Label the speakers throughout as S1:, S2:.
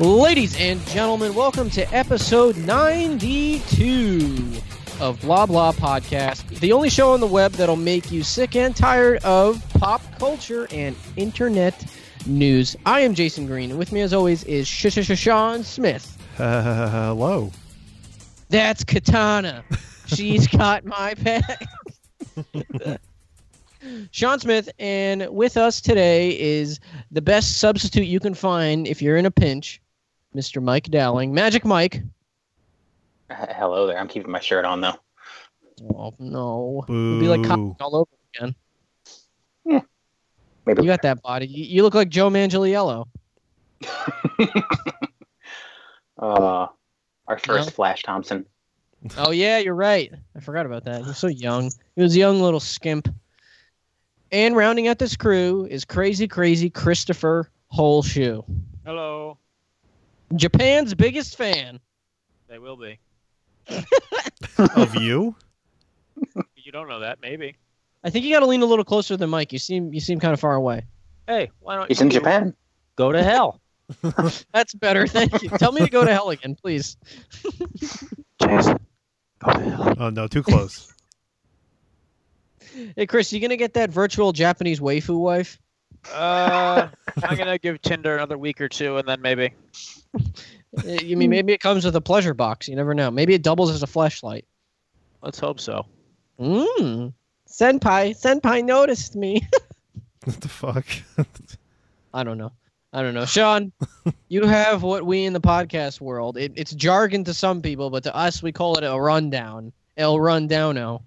S1: Ladies and gentlemen, welcome to episode 92 of Blah Blah Podcast, the only show on the web that'll make you sick and tired of pop culture and internet news. I am Jason Green, and with me, as always, is Sh- Sh- Sh- Sean Smith.
S2: Uh, hello.
S1: That's Katana. She's got my back. Sean Smith, and with us today is the best substitute you can find if you're in a pinch, Mr. Mike Dowling. Magic Mike.
S3: Uh, Hello there. I'm keeping my shirt on though.
S1: Oh no! It'd be like
S2: Boo.
S1: cotton all over again.
S3: Maybe
S1: You got that body. You, you look like Joe Manganiello.
S3: uh, our first
S1: No.
S3: Flash Thompson.
S1: Oh yeah, you're right. I forgot about that. He's so young. He was a young little skimp. And rounding out this crew is crazy, crazy Christopher Whole Shoe,
S4: Hello.
S1: Japan's biggest fan.
S4: They will be.
S2: of you?
S4: You don't know that, maybe.
S1: I think you got to lean a little closer to the mic. You seem you seem kind of far away.
S4: Hey, why don't
S3: He's
S4: you
S3: in Japan.
S4: go to hell?
S1: That's better. Thank you. Tell me to go to hell again, please.
S3: Jason, go to hell.
S2: Oh no, too close.
S1: Hey Chris, you gonna get that virtual Japanese waifu wife?
S4: Uh, I'm gonna give Tinder another week or two, and then maybe.
S1: Uh, You mean maybe it comes with a pleasure box? You never know. Maybe it doubles as a flashlight.
S4: Let's hope so.
S1: Mm. Senpai, Senpai noticed me.
S2: what the fuck?
S1: I don't know. I don't know. Sean, you have what we in the podcast world, it, it's jargon to some people, but to us, we call it a rundown. El Rundowno. Now,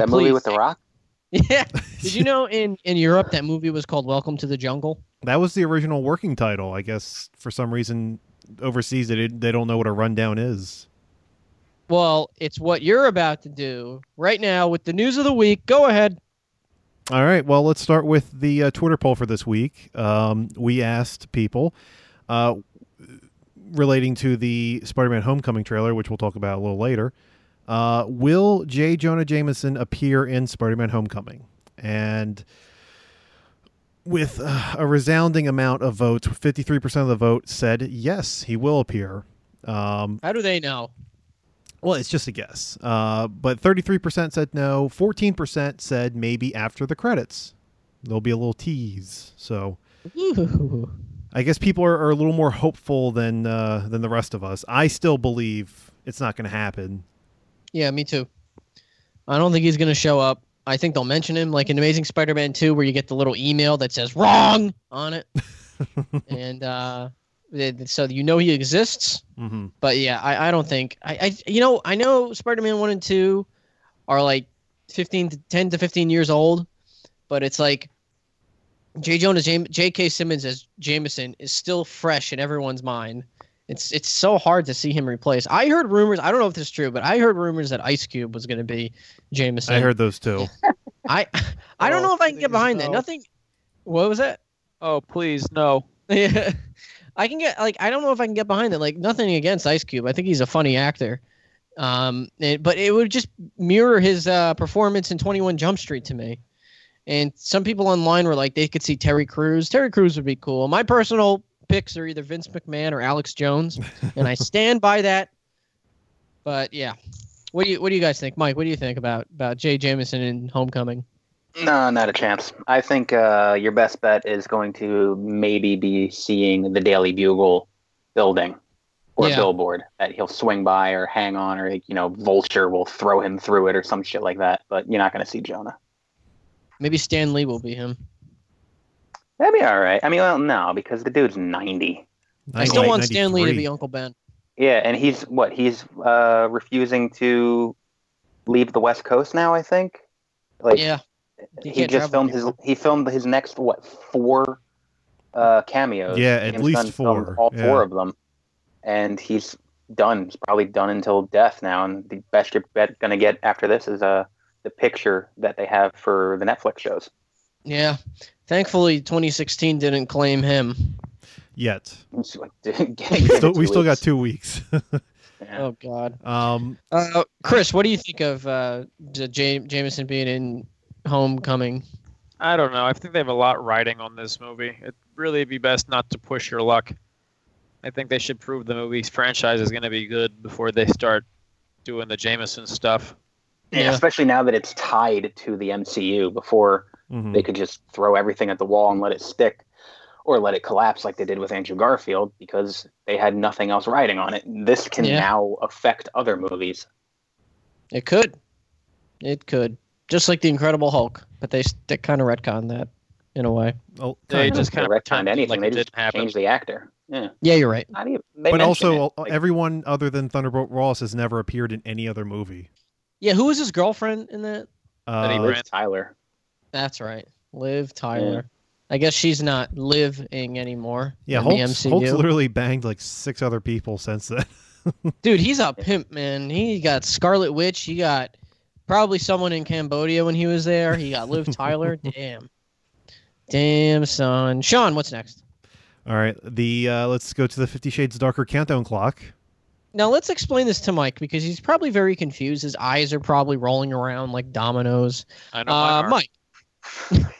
S3: That
S1: please.
S3: movie with The Rock.
S1: yeah. Did you know in, in Europe that movie was called Welcome to the Jungle?
S2: that was the original working title. I guess for some reason overseas they didn't- they don't know what a rundown is.
S1: Well, it's what you're about to do right now with the news of the week. Go ahead.
S2: All right. Well, let's start with the uh, Twitter poll for this week. Um, we asked people uh, relating to the Spider-Man Homecoming trailer, which we'll talk about a little later. Uh, will J. Jonah Jameson appear in Spider-Man Homecoming? And with uh, a resounding amount of votes, 53% of the vote said yes, he will appear. Um,
S1: How do they know?
S2: well, it's just a guess. Uh, but 33% said no. 14% said maybe after the credits. There'll be a little tease. So
S1: Ooh.
S2: I guess people are, are a little more hopeful than uh, than the rest of us. I still believe it's not going to happen.
S1: Yeah, me too. I don't think he's going to show up. I think they'll mention him, like in Amazing Spider-Man 2, where you get the little email that says "wrong" on it, and uh, th- th- so you know he exists.
S2: hmm
S1: But yeah, I, I don't think I, I you know I know Spider-Man 1 and 2 are like 15 to 10 to 15 years old, but it's like J. Jonah Jam- J.K. Simmons as Jameson is still fresh in everyone's mind. It's it's so hard to see him replaced. I heard rumors. I don't know if this is true, but I heard rumors that Ice Cube was going to be Jameson.
S2: I heard those too.
S1: I I don't
S4: Oh,
S1: know if I can
S4: please
S1: get behind that.
S4: no.
S1: Nothing. What was that?
S4: Oh, please no.
S1: Yeah. I can get like I don't know if I can get behind it. Like nothing against Ice Cube. I think he's a funny actor. Um, it- but it would just mirror his uh, performance in 21 Jump Street to me. And some people online were like they could see Terry Crews. Terry Crews would be cool. My personal picks are either Vince McMahon or Alex Jones, and I stand by that. But yeah. What do you what do you guys think? Mike, what do you think about about Jay Jameson in Homecoming?
S3: No, not a chance. I think uh, your best bet is going to maybe be seeing the Daily Bugle building or
S1: Yeah.
S3: billboard that he'll swing by or hang on or you know Vulture will throw him through it or some shit like that. But you're not going to see Jonah.
S1: Maybe Stan Lee will be him.
S3: That'd be all right. I mean, well, no, because the dude's ninety.
S1: I still
S2: 98,
S1: want Stan Lee to
S2: 93.
S1: be Uncle Ben.
S3: Yeah, and he's what he's uh, refusing to leave the West Coast now. I think. Like
S1: Yeah.
S3: he,
S1: can't
S3: just
S1: travel
S3: filmed his he filmed his next what four uh, cameos.
S2: Yeah, at
S3: James
S2: least
S3: Gunn filmed
S2: four,
S3: All
S2: yeah.
S3: four of them, and he's done. It's probably done until death now. And the best you're bet gonna get after this is uh the picture that they have for the Netflix shows.
S1: Yeah. Thankfully, 2016 didn't claim him.
S2: Yet,
S3: It's like, give
S2: we
S3: it
S2: still, we
S3: two
S2: still got
S3: weeks.
S2: two weeks.
S3: Yeah.
S1: Oh God.
S2: um,
S1: Uh, Chris, what do you think of uh, J- Jame- Jameson being in Homecoming?
S4: I don't know. I think they have a lot riding on this movie. It'd really be best not to push your luck. I think they should prove the movie's franchise is going to be good before they start doing the Jameson stuff.
S3: Yeah,
S1: Yeah.
S3: especially now that it's tied to the MCU before
S2: mhm.
S3: they could just throw everything at the wall and let it stick or let it collapse like they did with Andrew Garfield because they had nothing else riding on it. This can
S1: Yeah.
S3: now affect other movies.
S1: It could. It could. Just like the Incredible Hulk, but they, s- they kind of retcon that in a way.
S2: Oh,
S4: They
S2: kinda.
S4: just
S3: They
S4: kind of
S3: retconned
S4: pretend
S3: anything.
S4: like
S3: they
S4: it
S3: just
S4: didn't happen.
S3: changed the actor. Yeah.
S1: Yeah, you're right.
S3: Not even, they
S2: but
S3: mentioned
S2: also, uh,
S3: it. Like,
S2: everyone other than Thunderbolt Ross has never appeared in any other movie.
S1: Yeah, who was his girlfriend in that?
S4: That he
S2: Uh,
S3: Liz
S4: ran.
S3: Tyler.
S1: That's right. Liv Tyler. I guess she's not living anymore.
S2: yeah,
S1: in the
S2: Hulk's,
S1: MCU.
S2: Hulk's literally banged like six other people since then.
S1: Dude, he's a pimp, man. He got Scarlet Witch. He got probably someone in Cambodia when he was there. He got Liv Tyler. Damn. Damn, son. Sean, what's next?
S2: All right, the uh, let's go to the Fifty Shades Darker countdown clock.
S1: Now, let's explain this to Mike because he's probably very confused. His eyes are probably rolling around like dominoes.
S4: I know mine
S1: Uh,
S4: are.
S1: Mike,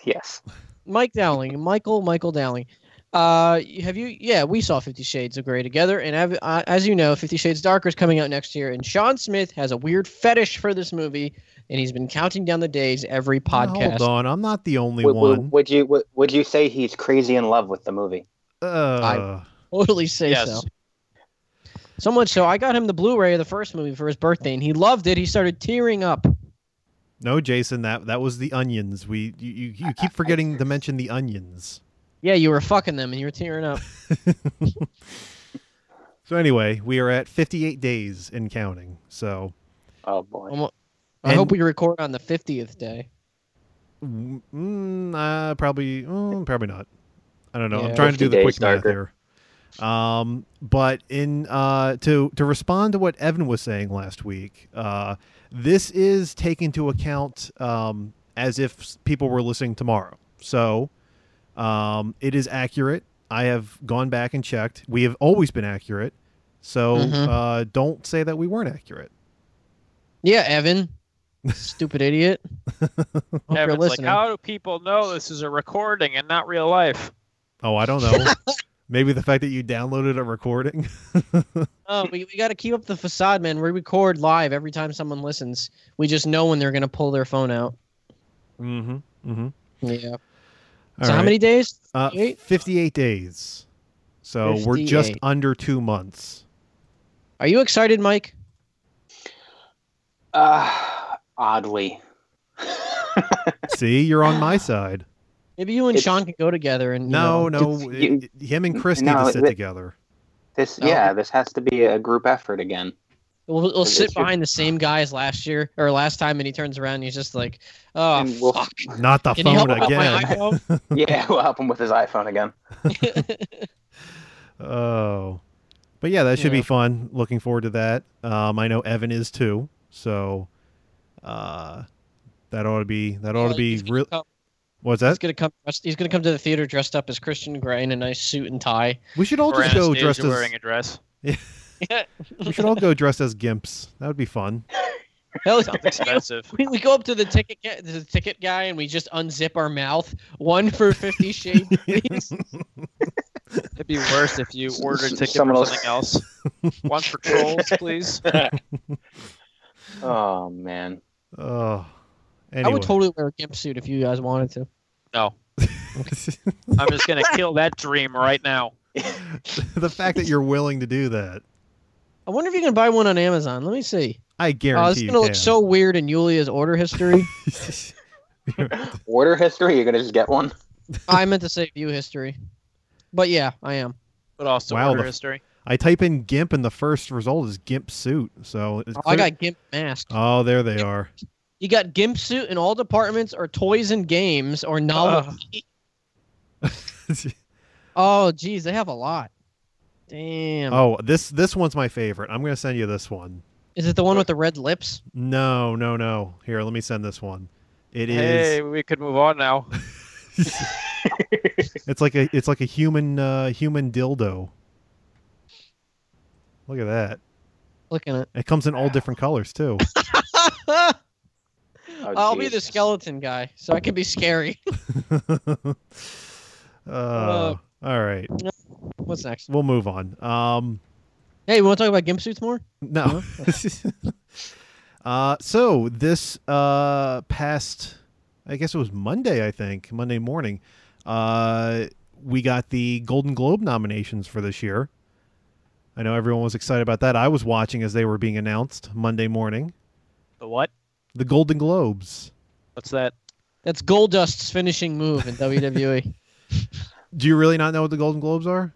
S3: Yes.
S1: Mike Dowling, Michael, Michael Dowling. Uh, have you? Yeah, we saw Fifty Shades of Grey together, and av- uh, as you know, Fifty Shades Darker is coming out next year, and Sean Smith has a weird fetish for this movie, and he's been counting down the days every podcast.
S2: Hold on, I'm not the only
S3: Would, would-
S2: one.
S3: would you would, would you say he's crazy in love with the movie?
S2: Uh,
S1: Totally say
S4: Yes.
S1: so. So much so, I got him the Blu-ray of the first movie for his birthday, and he loved it. He started tearing up.
S2: no, Jason, that that was the onions. We you, you, you keep forgetting to mention the onions.
S1: Yeah, you were fucking them, and you were tearing up.
S2: So anyway, we are at 58 days and counting. So
S3: Oh boy.
S1: I
S2: And-
S1: hope we record on the fiftieth day.
S2: mm, mm, uh, probably mm, probably not. I don't know.
S1: Yeah.
S2: I'm trying to do
S3: 50
S2: the quick
S3: days
S2: math
S3: darker.
S2: here. Um, but in uh, to to respond to what Evan was saying last week, uh, this is taken into account um, as if s- people were listening tomorrow. So um, it is accurate. I have gone back and checked. We have always been accurate. So
S1: Mhm.
S2: uh, don't say that we weren't accurate.
S1: Yeah, Evan, stupid idiot. Hope you're
S4: Evan's like,
S1: listening.
S4: how do people know this is a recording and not real life?
S2: Oh, I don't know. Maybe the fact that you downloaded a recording.
S1: Oh, we, we got to keep up the facade, man. We record live every time someone listens. We just know when they're going to pull their phone out.
S2: Mm-hmm. Mm-hmm.
S1: Yeah. so, how many days?
S2: Uh,
S1: 58?
S2: 58 days. So we're just
S1: 58.
S2: under two months.
S1: Are you excited, Mike?
S3: Uh, oddly.
S2: See, you're on my side.
S1: Maybe you and
S3: It's-
S1: Sean can go together and. you
S2: No,
S1: know-
S2: no,
S3: it's-
S2: it-
S3: you-
S2: it- him and Chris
S3: no,
S2: need to
S3: it-
S2: sit
S3: it-
S2: together.
S3: This
S2: Oh.
S1: No.
S3: yeah, this has to be a group effort again.
S1: we'll, we'll
S3: It's-
S1: sit
S3: it's your-
S1: behind the same guy as last year or last time, and he turns around and he's just like, oh,
S3: And we'll-
S1: fuck.
S2: Not the
S1: Can you help
S2: phone
S1: me with my
S2: again.
S1: iPhone?
S3: yeah, we'll help him with his iPhone again.
S2: Oh, but yeah, that should
S1: Yeah.
S2: be fun. Looking forward to that. Um, I know Evan is too. So, uh, that ought to be that ought to be
S1: He's gonna
S2: real.
S1: come-
S2: What's that?
S1: He's gonna come. dressed- He's gonna come to the theater dressed up as Christian Grey in a nice suit and tie.
S2: We should all
S4: Or
S2: just go
S4: Anastasia
S2: dressed as
S4: wearing a dress.
S2: we should all go dressed as gimps. That would be fun.
S1: Hell
S4: Sounds expensive.
S1: We, we go up to the ticket ca- the ticket guy and we just unzip our mouth. One for Fifty Shades. please.
S4: It'd be worse if you
S3: S-
S4: ordered
S3: s-
S4: tickets for
S3: someone else-
S4: something else. One for trolls, please.
S3: Oh man.
S2: Oh,
S1: I
S2: anyway.
S1: would totally wear a gimp suit if you guys wanted to.
S4: No, I'm just gonna kill that dream right now.
S2: the fact that you're willing to do that,
S1: I wonder if you can buy one on Amazon. Let me see.
S2: I
S1: Oh, this
S2: guarantee
S1: is
S2: you
S1: gonna look
S2: can.
S1: so weird in Yulia's order history.
S3: Order history, you're gonna just get one.
S1: I meant to say view history, but yeah, I am.
S4: But also
S2: Wow,
S4: order
S2: the-
S4: history.
S2: I type in GIMP and the first result is GIMP suit. So it's
S1: Oh, I
S2: clear-
S1: got gimp mask.
S2: Oh, there they are.
S1: You got gimp suit in all departments, or toys and games, or novelty. Oh, geez, they have a lot. Damn.
S2: Oh, this this one's my favorite. I'm going to send you this one.
S1: Is it the one with the red lips?
S2: No, no, no. Here, let me send this one. It is.
S4: hey, we could move on now.
S2: It's like a it's like a human uh, human dildo. Look at that.
S1: Looking at.
S2: It comes in all different colors too.
S3: Oh,
S1: I'll be the
S3: Jesus.
S1: skeleton guy, so I can be scary.
S2: uh, all right,
S1: What's next?
S2: we'll move on. Um,
S1: Hey, we want to talk about gimp suits more?
S2: no. uh, so this uh, past, I guess it was Monday. I think Monday morning, uh, we got the Golden Globe nominations for this year. I know everyone was excited about that. I was watching as they were being announced Monday morning.
S4: The what?
S2: The Golden Globes.
S4: What's that?
S1: That's Goldust's finishing move in E. WWE.
S2: Do you really not know what the Golden Globes are?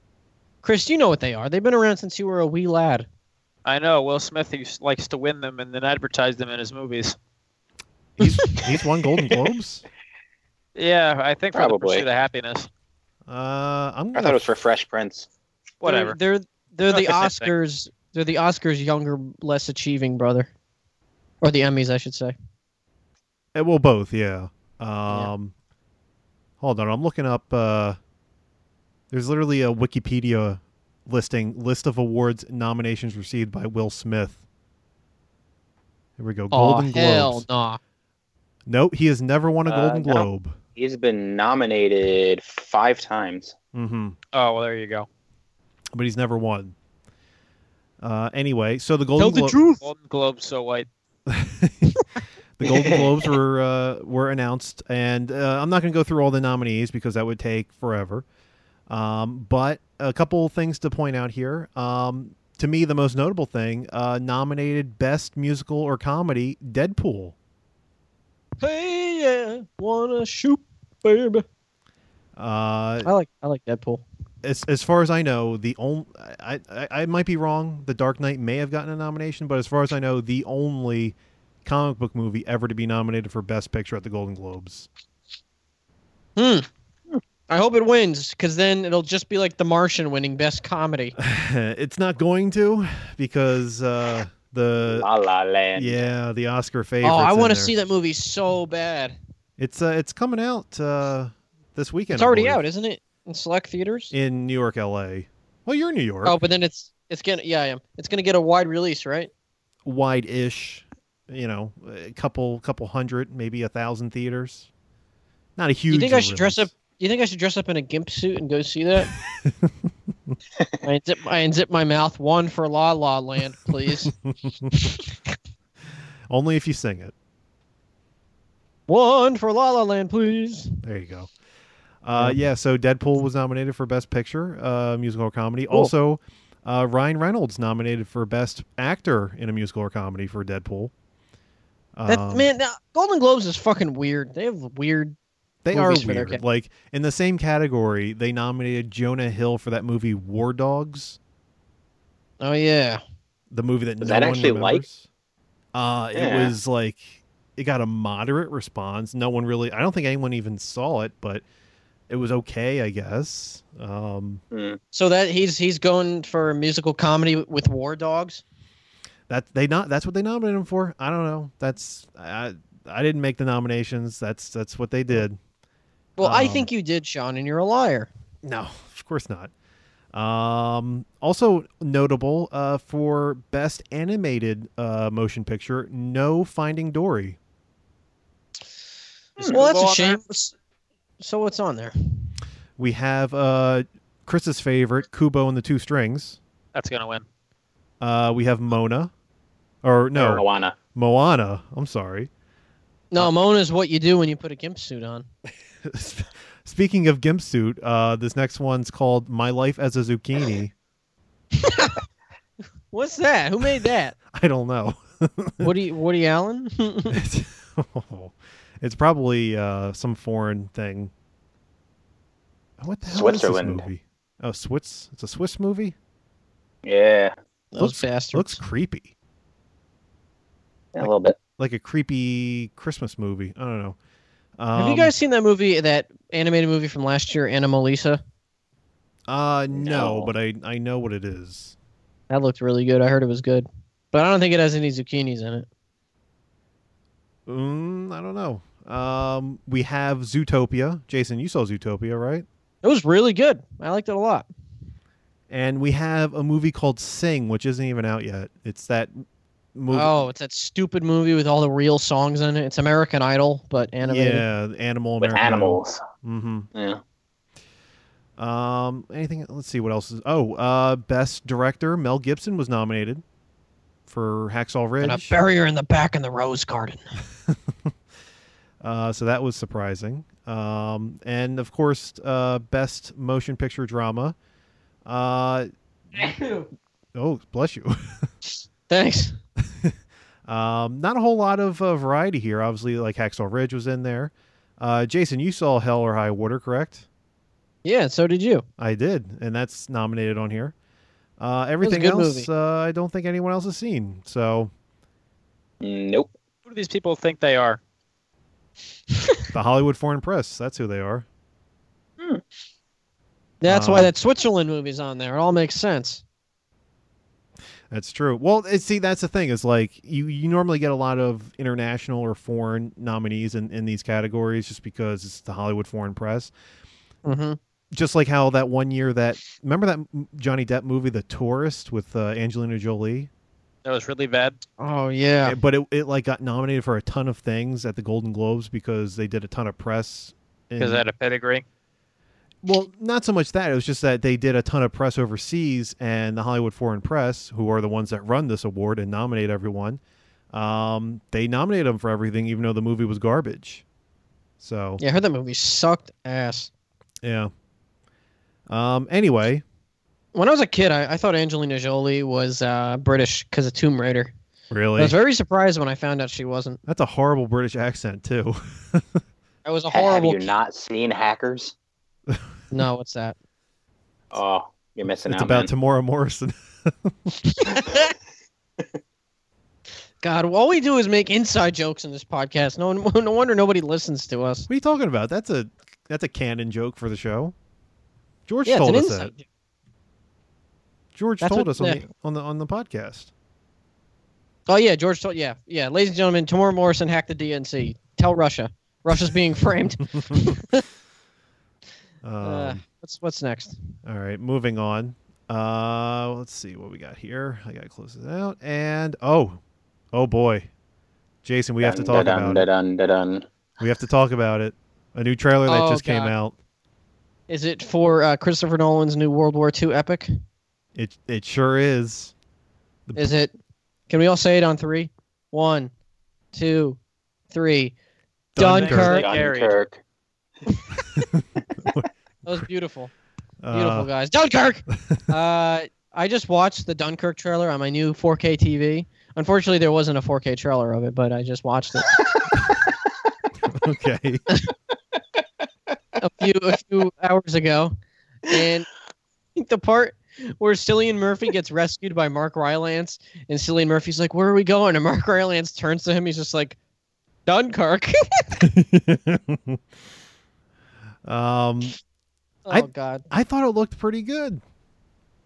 S1: Chris, you know what they are. They've been around since you were a wee lad.
S4: I know Will Smith he s- likes to win them and then advertise them in his movies.
S2: He's he's won Golden Globes.
S4: Yeah, I think for the
S3: Probably.
S4: pursuit of happiness.
S2: Uh, I'm
S3: I
S2: gonna
S3: thought it was for Fresh Prince.
S4: Whatever.
S2: Mm.
S1: They're they're, they're the
S4: Not the same thing.
S1: Oscars. They're the Oscars' younger, less achieving brother, or the Emmys, I should say.
S2: Eh, well both yeah. Um, hold on, I'm looking up. Uh, there's literally a Wikipedia listing list of awards nominations received by Will Smith. Here we go. Golden
S1: oh
S2: Globes.
S1: hell nah.
S2: Nope, he has never won a
S3: Uh,
S2: Golden
S3: no.
S2: Globe.
S3: He's been nominated five times.
S2: Mm-hmm.
S4: Oh well, there you go.
S2: But he's never won. Uh, anyway, so the Golden
S1: Tell the
S2: Glo-
S1: truth.
S4: Golden Globe's so white.
S2: The Golden Globes were uh, were announced, and uh, I'm not going to go through all the nominees because that would take forever. Um, but a couple things to point out here. Um, to me, the most notable thing uh, nominated best musical or comedy, Deadpool.
S1: Hey, yeah, wanna shoot, baby?
S2: Uh,
S1: I like I like Deadpool.
S2: as as far as I know, the only I, I I might be wrong. The Dark Knight may have gotten a nomination, but as far as I know, the only comic book movie ever to be nominated for Best Picture at the Golden Globes.
S1: I hope it wins, because then it'll just be like The Martian winning Best Comedy.
S2: it's not going to because uh, the
S3: La La Land.
S2: yeah the Oscar
S1: oh,
S2: favorites.
S1: I
S2: want to
S1: see that movie so bad.
S2: It's uh, it's coming out uh, this weekend.
S1: It's already
S2: I
S1: out,
S2: believe,
S1: isn't it? In select theaters.
S2: in New York, L.A. Well, you're in New York,
S1: Oh, but then it's it's gonna yeah I am. It's gonna get a wide release, right?
S2: wide-ish. You know, a couple couple hundred, maybe a thousand theaters. Not a huge.
S1: you think I should dress up?
S2: release.
S1: You think I should dress up in a gimp suit and go see that? I unzip, I unzip my mouth. One for La La Land, please.
S2: Only if you sing it.
S1: One for La La Land, please.
S2: There you go. Uh, yeah, so Deadpool was nominated for Best Picture, uh, musical or comedy.
S1: Cool.
S2: Also, uh, Ryan Reynolds nominated for Best Actor in a musical or comedy for Deadpool.
S1: That
S2: Um,
S1: man, now, Golden Globes is fucking weird. They have weird.
S2: they are
S1: movies for their
S2: weird.
S1: cat-
S2: Like in the same category, they nominated Jonah Hill for that movie War Dogs,
S1: Oh yeah,
S2: the movie that
S3: Was
S2: no
S3: that
S2: one
S3: actually
S2: remembers. Uh,
S3: Yeah.
S2: It was like it got a moderate response. No one really. I don't think anyone even saw it, but it was okay, I guess. Um,
S1: so that he's he's going for a musical comedy with War Dogs.
S2: That they not that's what they nominated him for. I don't know. That's I I didn't make the nominations. That's that's what they did.
S1: Well, I
S2: Um,
S1: think you did, Sean, and you're a liar.
S2: No, of course not. Um, also notable uh, for best animated uh, motion picture, no Finding Dory.
S4: Is
S1: well,
S4: Google
S1: that's a
S4: on there?
S1: shame. So what's on there?
S2: We have uh, Chris's favorite, Kubo and the Two Strings.
S4: That's gonna win.
S2: Uh, we have Mona, or no
S3: Moana.
S2: Moana. I'm sorry.
S1: No, Mona's what you do when you put a gimp suit on.
S2: Speaking of gimp suit, uh, this next one's called My Life as a Zucchini.
S1: What's that? Who made that?
S2: I don't know.
S1: Woody Woody Allen?
S2: it's, oh, it's probably uh, some foreign thing. What the hell is
S3: Switzerland.
S2: this movie? Oh, Swiss. It's a Swiss movie.
S3: Yeah.
S1: Those
S2: Looks-
S1: bastards.
S2: Looks creepy,
S3: A little bit.
S2: like a creepy Christmas movie. I don't know. Um,
S1: Have you guys seen that movie, that animated movie from last year, Animalisa?
S2: Uh, no,
S3: No.
S2: but I I know what it is.
S1: That looked really good. I heard it was good, but I don't think it has any zucchinis in it.
S2: Mm, I don't know. Um, we have Zootopia. Jason, you saw Zootopia, right?
S1: It was really good. I liked it a lot.
S2: And we have a movie called Sing, which isn't even out yet. It's that movie.
S1: Oh, it's that stupid movie with all the real songs in it. It's American Idol, but animated.
S2: yeah, Animal
S3: with
S2: American
S3: animals.
S2: Mm-hmm.
S3: Yeah.
S2: Um, anything? Let's see what else is. Oh, uh, best director Mel Gibson was nominated for Hacksaw
S1: And I
S2: Ridge.
S1: bury her in the back in the rose garden.
S2: Uh, so that was surprising. Um, and of course, uh, best motion picture drama. Uh, oh, bless you.
S1: Thanks.
S2: Um, not a whole lot of uh, variety here. Obviously, like Hacksaw Ridge was in there. Uh, Jason, you saw Hell or High Water, correct?
S1: Yeah, so did you.
S2: I did, and that's nominated on here. Uh, everything
S1: good
S2: else,
S1: movie.
S2: uh, I don't think anyone else has seen. So
S3: Nope.
S4: Who do these people think they are?
S2: the Hollywood Foreign Press—that's who they are.
S1: That's
S2: Uh,
S1: why that Switzerland movie's on there. It all makes sense.
S2: That's true. Well, it, see, that's the thing is like you, you normally get a lot of international or foreign nominees in, in these categories just because it's the Hollywood Foreign Press.
S1: Mm-hmm.
S2: Just like how that one year that remember that m- Johnny Depp movie, The Tourist, with uh, Angelina Jolie,
S4: That was really bad.
S1: Oh yeah.
S2: Yeah, but it, it like got nominated for a ton of things at the Golden Globes because they did a ton of press. in-
S4: Because I had a pedigree.
S2: Well, not so much that. It was just that they did a ton of press overseas, and the Hollywood Foreign Press, who are the ones that run this award and nominate everyone, um, they nominated them for everything, even though the movie was garbage. So,
S1: Yeah, I heard that movie sucked ass.
S2: yeah. Um, anyway,
S1: When I was a kid, I, I thought Angelina Jolie was uh, British because of Tomb Raider. I
S2: really,
S1: was very surprised when I found out she wasn't.
S2: that's a horrible British accent, too.
S1: I was a
S3: Horrible.
S1: horrible.
S3: Have you not seen Hackers?
S1: No, what's that?
S3: Oh, you're missing
S2: it's
S3: out.
S2: about
S3: man.
S2: Tamora Morrison.
S1: God, all we do is make inside jokes in this podcast. No, one- no wonder nobody listens to us.
S2: what are you talking about? That's a that's a canon joke for the show. George
S1: Yeah, it's an
S2: told us
S1: inside.
S2: that. George
S1: That's
S2: told
S1: what-
S2: us on
S1: yeah.
S2: the on the on the podcast.
S1: Oh yeah, George told. Yeah, yeah, ladies and gentlemen, Tamora Morrison hacked the DNC. Tell Russia, Russia's being framed.
S2: Um,
S1: uh, what's what's next?
S2: All right, moving on. Uh, let's see what we got here. I gotta close this out. And oh, oh boy, Jason, we have to talk
S3: Dun,
S2: about
S3: dun,
S2: it.
S3: dun, dun, dun.
S2: We have to talk about it. A new trailer that
S1: Oh,
S2: just came
S1: God.
S2: out.
S1: Is it for uh, Christopher Nolan's new World War II epic?
S2: It it sure is. The-
S1: Is it? Can we all say it on three? One, two, three. Dunkirk.
S2: Dunkirk.
S4: Carried.
S3: Dunkirk.
S1: That was beautiful, beautiful
S2: Uh,
S1: guys. Dunkirk. uh, I just watched the Dunkirk trailer on my new 4K TV. Unfortunately, there wasn't a 4K trailer of it, but I just watched it.
S2: okay.
S1: a few a few hours ago, and I think the part where Cillian Murphy gets rescued by Mark Rylance, and Cillian Murphy's like, "Where are we going?" and Mark Rylance turns to him, he's just like, "Dunkirk."
S2: um,
S1: oh
S2: I-
S1: God,
S2: I thought it looked pretty good.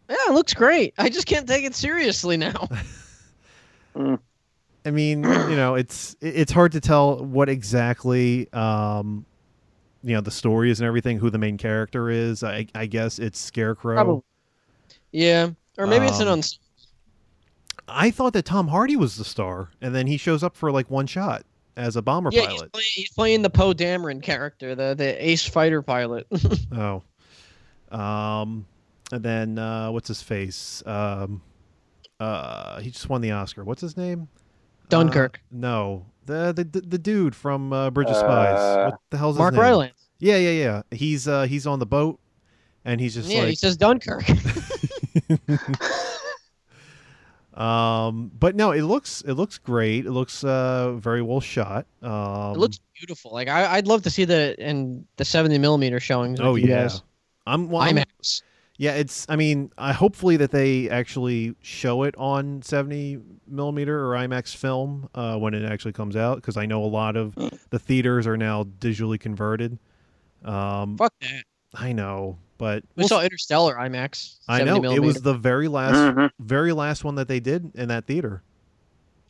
S1: yeah, it looks great. I just can't take it seriously now.
S2: I mean, you know, it's it- it's hard to tell what exactly um you know the story is and everything, who the main character is. I I guess it's Scarecrow.
S1: Probably. Yeah, or maybe it's an
S2: Um,
S1: uns.
S2: I thought that Tom Hardy was the star, and then he shows up for like one shot as a bomber
S1: Yeah, he's
S2: pilot.
S1: playing, he's playing the Poe Dameron character, the the ace fighter pilot.
S2: Uh, Oh, um, and then uh, what's his face? Um, uh, he just won the Oscar. What's his name?
S1: Dunkirk.
S2: Uh, no, the the the dude from uh, Bridge of Spies.
S3: Uh,
S2: What the hell's his
S1: Mark
S2: name?
S1: Rylance.
S2: Yeah, yeah, yeah. He's uh he's on the boat, and he's just
S1: yeah,
S2: like
S1: he says Dunkirk.
S2: um. But no, it looks it looks great. It looks uh very well shot. Um,
S1: It looks beautiful. Like I, I'd love to see the in the seventy millimeter showings. with
S2: Oh
S1: you
S2: yeah.
S1: guys.
S2: I'm, well, I'm
S1: IMAX.
S2: Yeah, it's. I mean, I hopefully that they actually show it on seventy millimeter or IMAX film uh, when it actually comes out, because I know a lot of
S1: Hmm.
S2: the theaters are now digitally converted. Um,
S1: Fuck that.
S2: I know, But
S1: We
S2: we'll
S1: saw Interstellar IMAX.
S2: I
S1: 70
S2: know it
S1: millimeter.
S2: was the very last,
S3: Mhm.
S2: very last one that they did in that theater.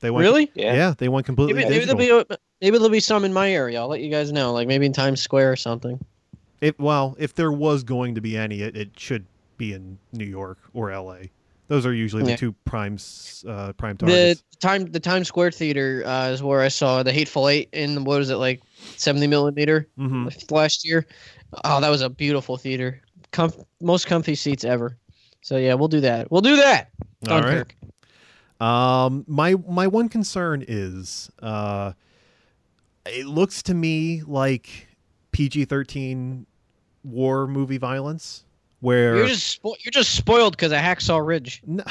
S2: They went
S1: really.
S2: Yeah.
S3: Yeah.
S2: they went completely
S1: Maybe, maybe
S2: digital.
S1: there'll be maybe there'll be some in my area. I'll let you guys know. Like maybe in Times Square or something.
S2: It, well, if there was going to be any, it, it should be in New York or L.A. Those are usually the
S1: Yeah.
S2: two primes, uh, prime
S1: The
S2: targets.
S1: time the Times Square theater uh, is where I saw the Hateful Eight in what is it like seventy millimeter
S2: hmm
S1: last year. Oh, that was a beautiful theater. Comf- most comfy seats ever. So yeah, we'll do that. We'll do that.
S2: All right.
S1: Dunkirk.
S2: Um, my my one concern is, uh, it looks to me like PG thirteen war movie violence, where
S1: You're just spo- you're just spoiled because of Hacksaw Ridge.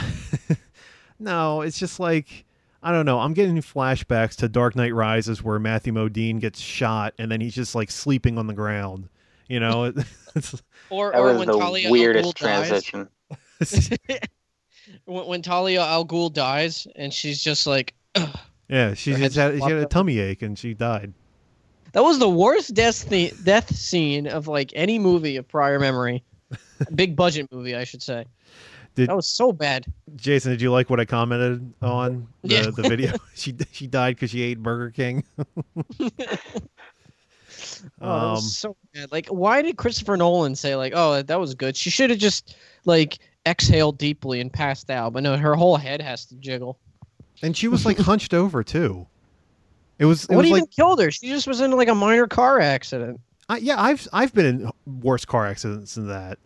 S2: No, no, it's just like I don't know. I'm getting flashbacks to Dark Knight Rises where Matthew Modine gets shot and then he's just like sleeping on the ground. You know, it's,
S1: Or,
S3: That
S1: or
S3: was
S1: when
S3: the
S1: Talia Al Ghul
S3: weirdest
S1: dies.
S3: transition.
S2: it's-
S1: When, when Talia Al Ghul dies and she's just like, "Ugh."
S2: yeah. She
S1: Her head's
S2: just had, she had a
S1: flopped up.
S2: tummy ache and she died.
S1: that was the worst death the- death scene of like any movie of prior memory, big budget movie I should say.
S2: Did-
S1: that was so bad.
S2: Jason, did you like what I commented on the,
S1: Yeah.
S2: the video? she she died because she ate Burger King.
S1: Oh, that
S2: Um,
S1: was so bad. Like, why did Christopher Nolan say like, "Oh, that was good"? She should have just like exhaled deeply and passed out. But no, her whole head has to jiggle.
S2: and she was like hunched over too. It was. It
S1: what
S2: was
S1: even
S2: like
S1: killed her? She just was in like a minor car accident.
S2: I, yeah. I've I've been in worse car accidents than that.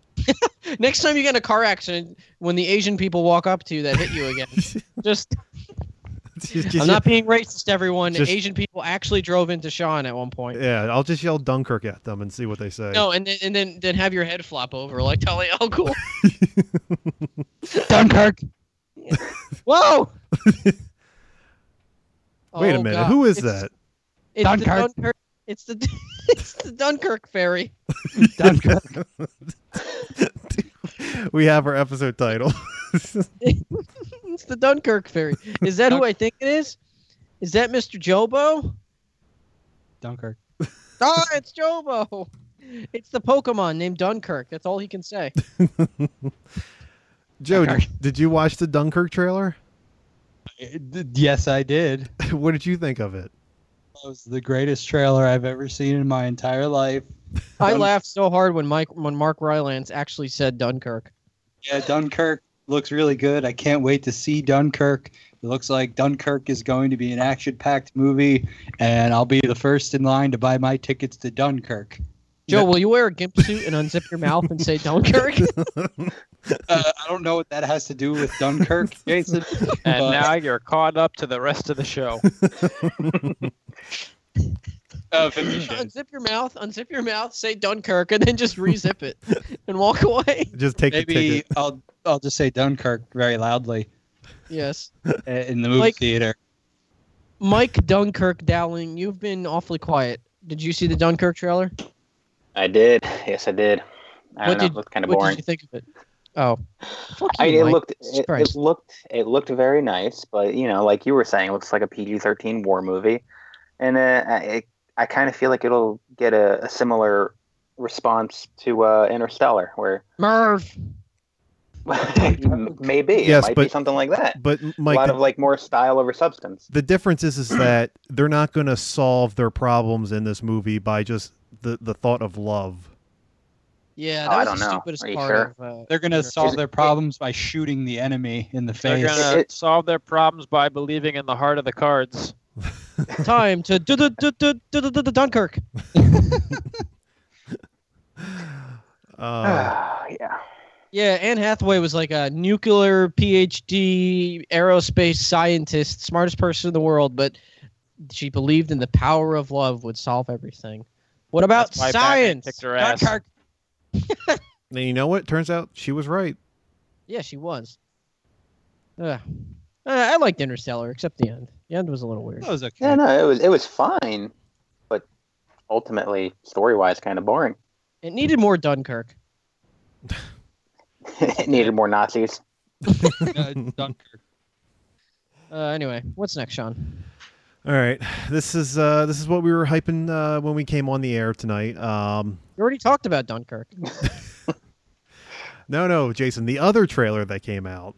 S1: Next time you get in a car accident, when the Asian people walk up to you that hit you again, just
S2: Just-
S1: I'm
S2: just-
S1: not being racist, everyone.
S2: Just-
S1: Asian people actually drove into Sean at one point.
S2: Yeah, I'll just yell Dunkirk at them and see what they say.
S1: No, and then and then then have your head flop over like Tully Alcool.
S4: Dunkirk.
S1: Whoa!
S2: Wait a
S1: Oh,
S2: minute,
S1: God.
S2: who is
S1: It's-
S2: that?
S1: It's
S4: Dunkirk.
S1: the Dunkirk. It's the it's the Dunkirk ferry.
S4: Dunkirk.
S2: we have our episode title.
S1: It's the Dunkirk ferry. Is that who I think it is? Is that Mr. Jobo?
S4: Dunkirk.
S1: Ah, it's Jobo. It's the Pokemon named Dunkirk. That's all he can say.
S2: Joe, did,
S4: Dunkirk.
S2: did you watch the Dunkirk trailer?
S5: Uh, Yes, I did.
S2: what did you think of it?
S5: That was the greatest trailer I've ever seen in my entire life.
S1: I
S5: Dun-
S1: laughed so hard when Mike when Mark Rylance actually said Dunkirk.
S5: Yeah, Dunkirk looks really good. I can't wait to see Dunkirk. It looks like Dunkirk is going to be an action-packed movie, and I'll be the first in line to buy my tickets to Dunkirk.
S1: Joe, will you wear a gimp suit and unzip your mouth and say Dunkirk?
S5: Uh, I don't know what that has to do with Dunkirk, Jason.
S4: And
S5: but,
S4: now you're caught up to the rest of the show.
S5: uh, Fifty Shades.
S1: unzip your mouth, unzip your mouth, say Dunkirk, and then just rezip it and walk away.
S2: Just take the
S5: Maybe
S2: ticket.
S5: I'll I'll just say Dunkirk very loudly
S1: Yes.
S5: uh, in the movie
S1: Like-
S5: theater.
S1: Mike Dunkirk Dowling, you've been awfully quiet. Did you see the Dunkirk trailer?
S3: I did. Yes, I did.
S1: What
S3: I don't know.
S1: did-
S3: It looked kind of
S1: What
S3: boring.
S1: did you think of it? Oh. Fuck
S3: I,
S1: you,
S3: it
S1: Mike.
S3: looked
S1: Jesus
S3: it, it
S1: Christ.
S3: looked it looked very nice, but you know, like you were saying, it looks like a PG thirteen war movie, and uh, I it, I kind of feel like it'll get a, a similar response to uh, Interstellar, where
S1: Merv.
S3: maybe
S2: Yes,
S3: it might
S2: but-
S3: be something like that.
S2: But Mike, uh,
S3: a lot
S2: the,
S3: of like more style over substance.
S2: the difference is is that they're not going to solve their problems in this movie by just the the thought of love.
S1: Yeah, that
S3: Oh, I
S1: was
S3: don't
S1: the
S3: know.
S1: stupidest
S3: Are you
S1: part
S3: sure?
S1: of uh,
S5: They're gonna
S1: Sure.
S5: solve their problems by shooting the enemy in the
S4: They're
S5: face.
S4: gonna
S3: It-
S4: solve their problems by believing in the heart of the cards.
S1: time to do the do the do the do the Dunkirk.
S2: Um,
S3: Ah.
S2: Uh,
S3: yeah,
S1: Yeah, Anne Hathaway was like a nuclear PhD aerospace scientist, smartest person in the world, but she believed in the power of love would solve everything. What about
S4: That's why Batman
S1: science?
S4: kicked her ass.
S1: Dunkirk.
S2: and you know what? Turns out she was right.
S1: Yeah, she was. Ugh. Uh, I liked Interstellar, except the end. The end was a little weird.
S5: That was okay.
S3: yeah, no, it was it was fine, but ultimately story wise, kind of boring.
S1: It needed more Dunkirk.
S3: it needed more Nazis.
S5: Uh, Dunkirk.
S1: Uh, anyway, what's next, Sean?
S2: All right, this is uh, this is what we were hyping uh, when we came on the air tonight. Um,
S1: You already talked about Dunkirk.
S2: No, no, Jason. The other trailer that came out.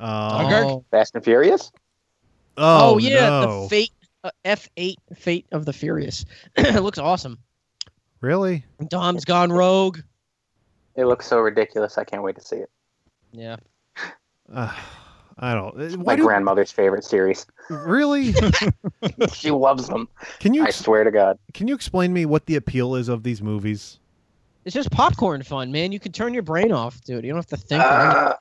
S2: Um,
S1: Dunkirk?
S5: Oh,
S3: Fast and Furious.
S2: oh,
S1: yeah,
S2: no.
S1: the fate uh, F8 Fate of the Furious. it looks awesome.
S2: really?
S1: Dom's gone rogue.
S3: It looks so ridiculous. I can't wait to see it.
S1: Yeah.
S2: Uh, I don't. uh,
S3: My
S2: Why do,
S3: grandmother's favorite series.
S2: really?
S3: she loves them.
S2: Can you
S3: I swear to God.
S2: can you explain to me what the appeal is of these movies?
S1: It's just popcorn fun, man. You can turn your brain off, dude. You don't have to think.
S3: Uh,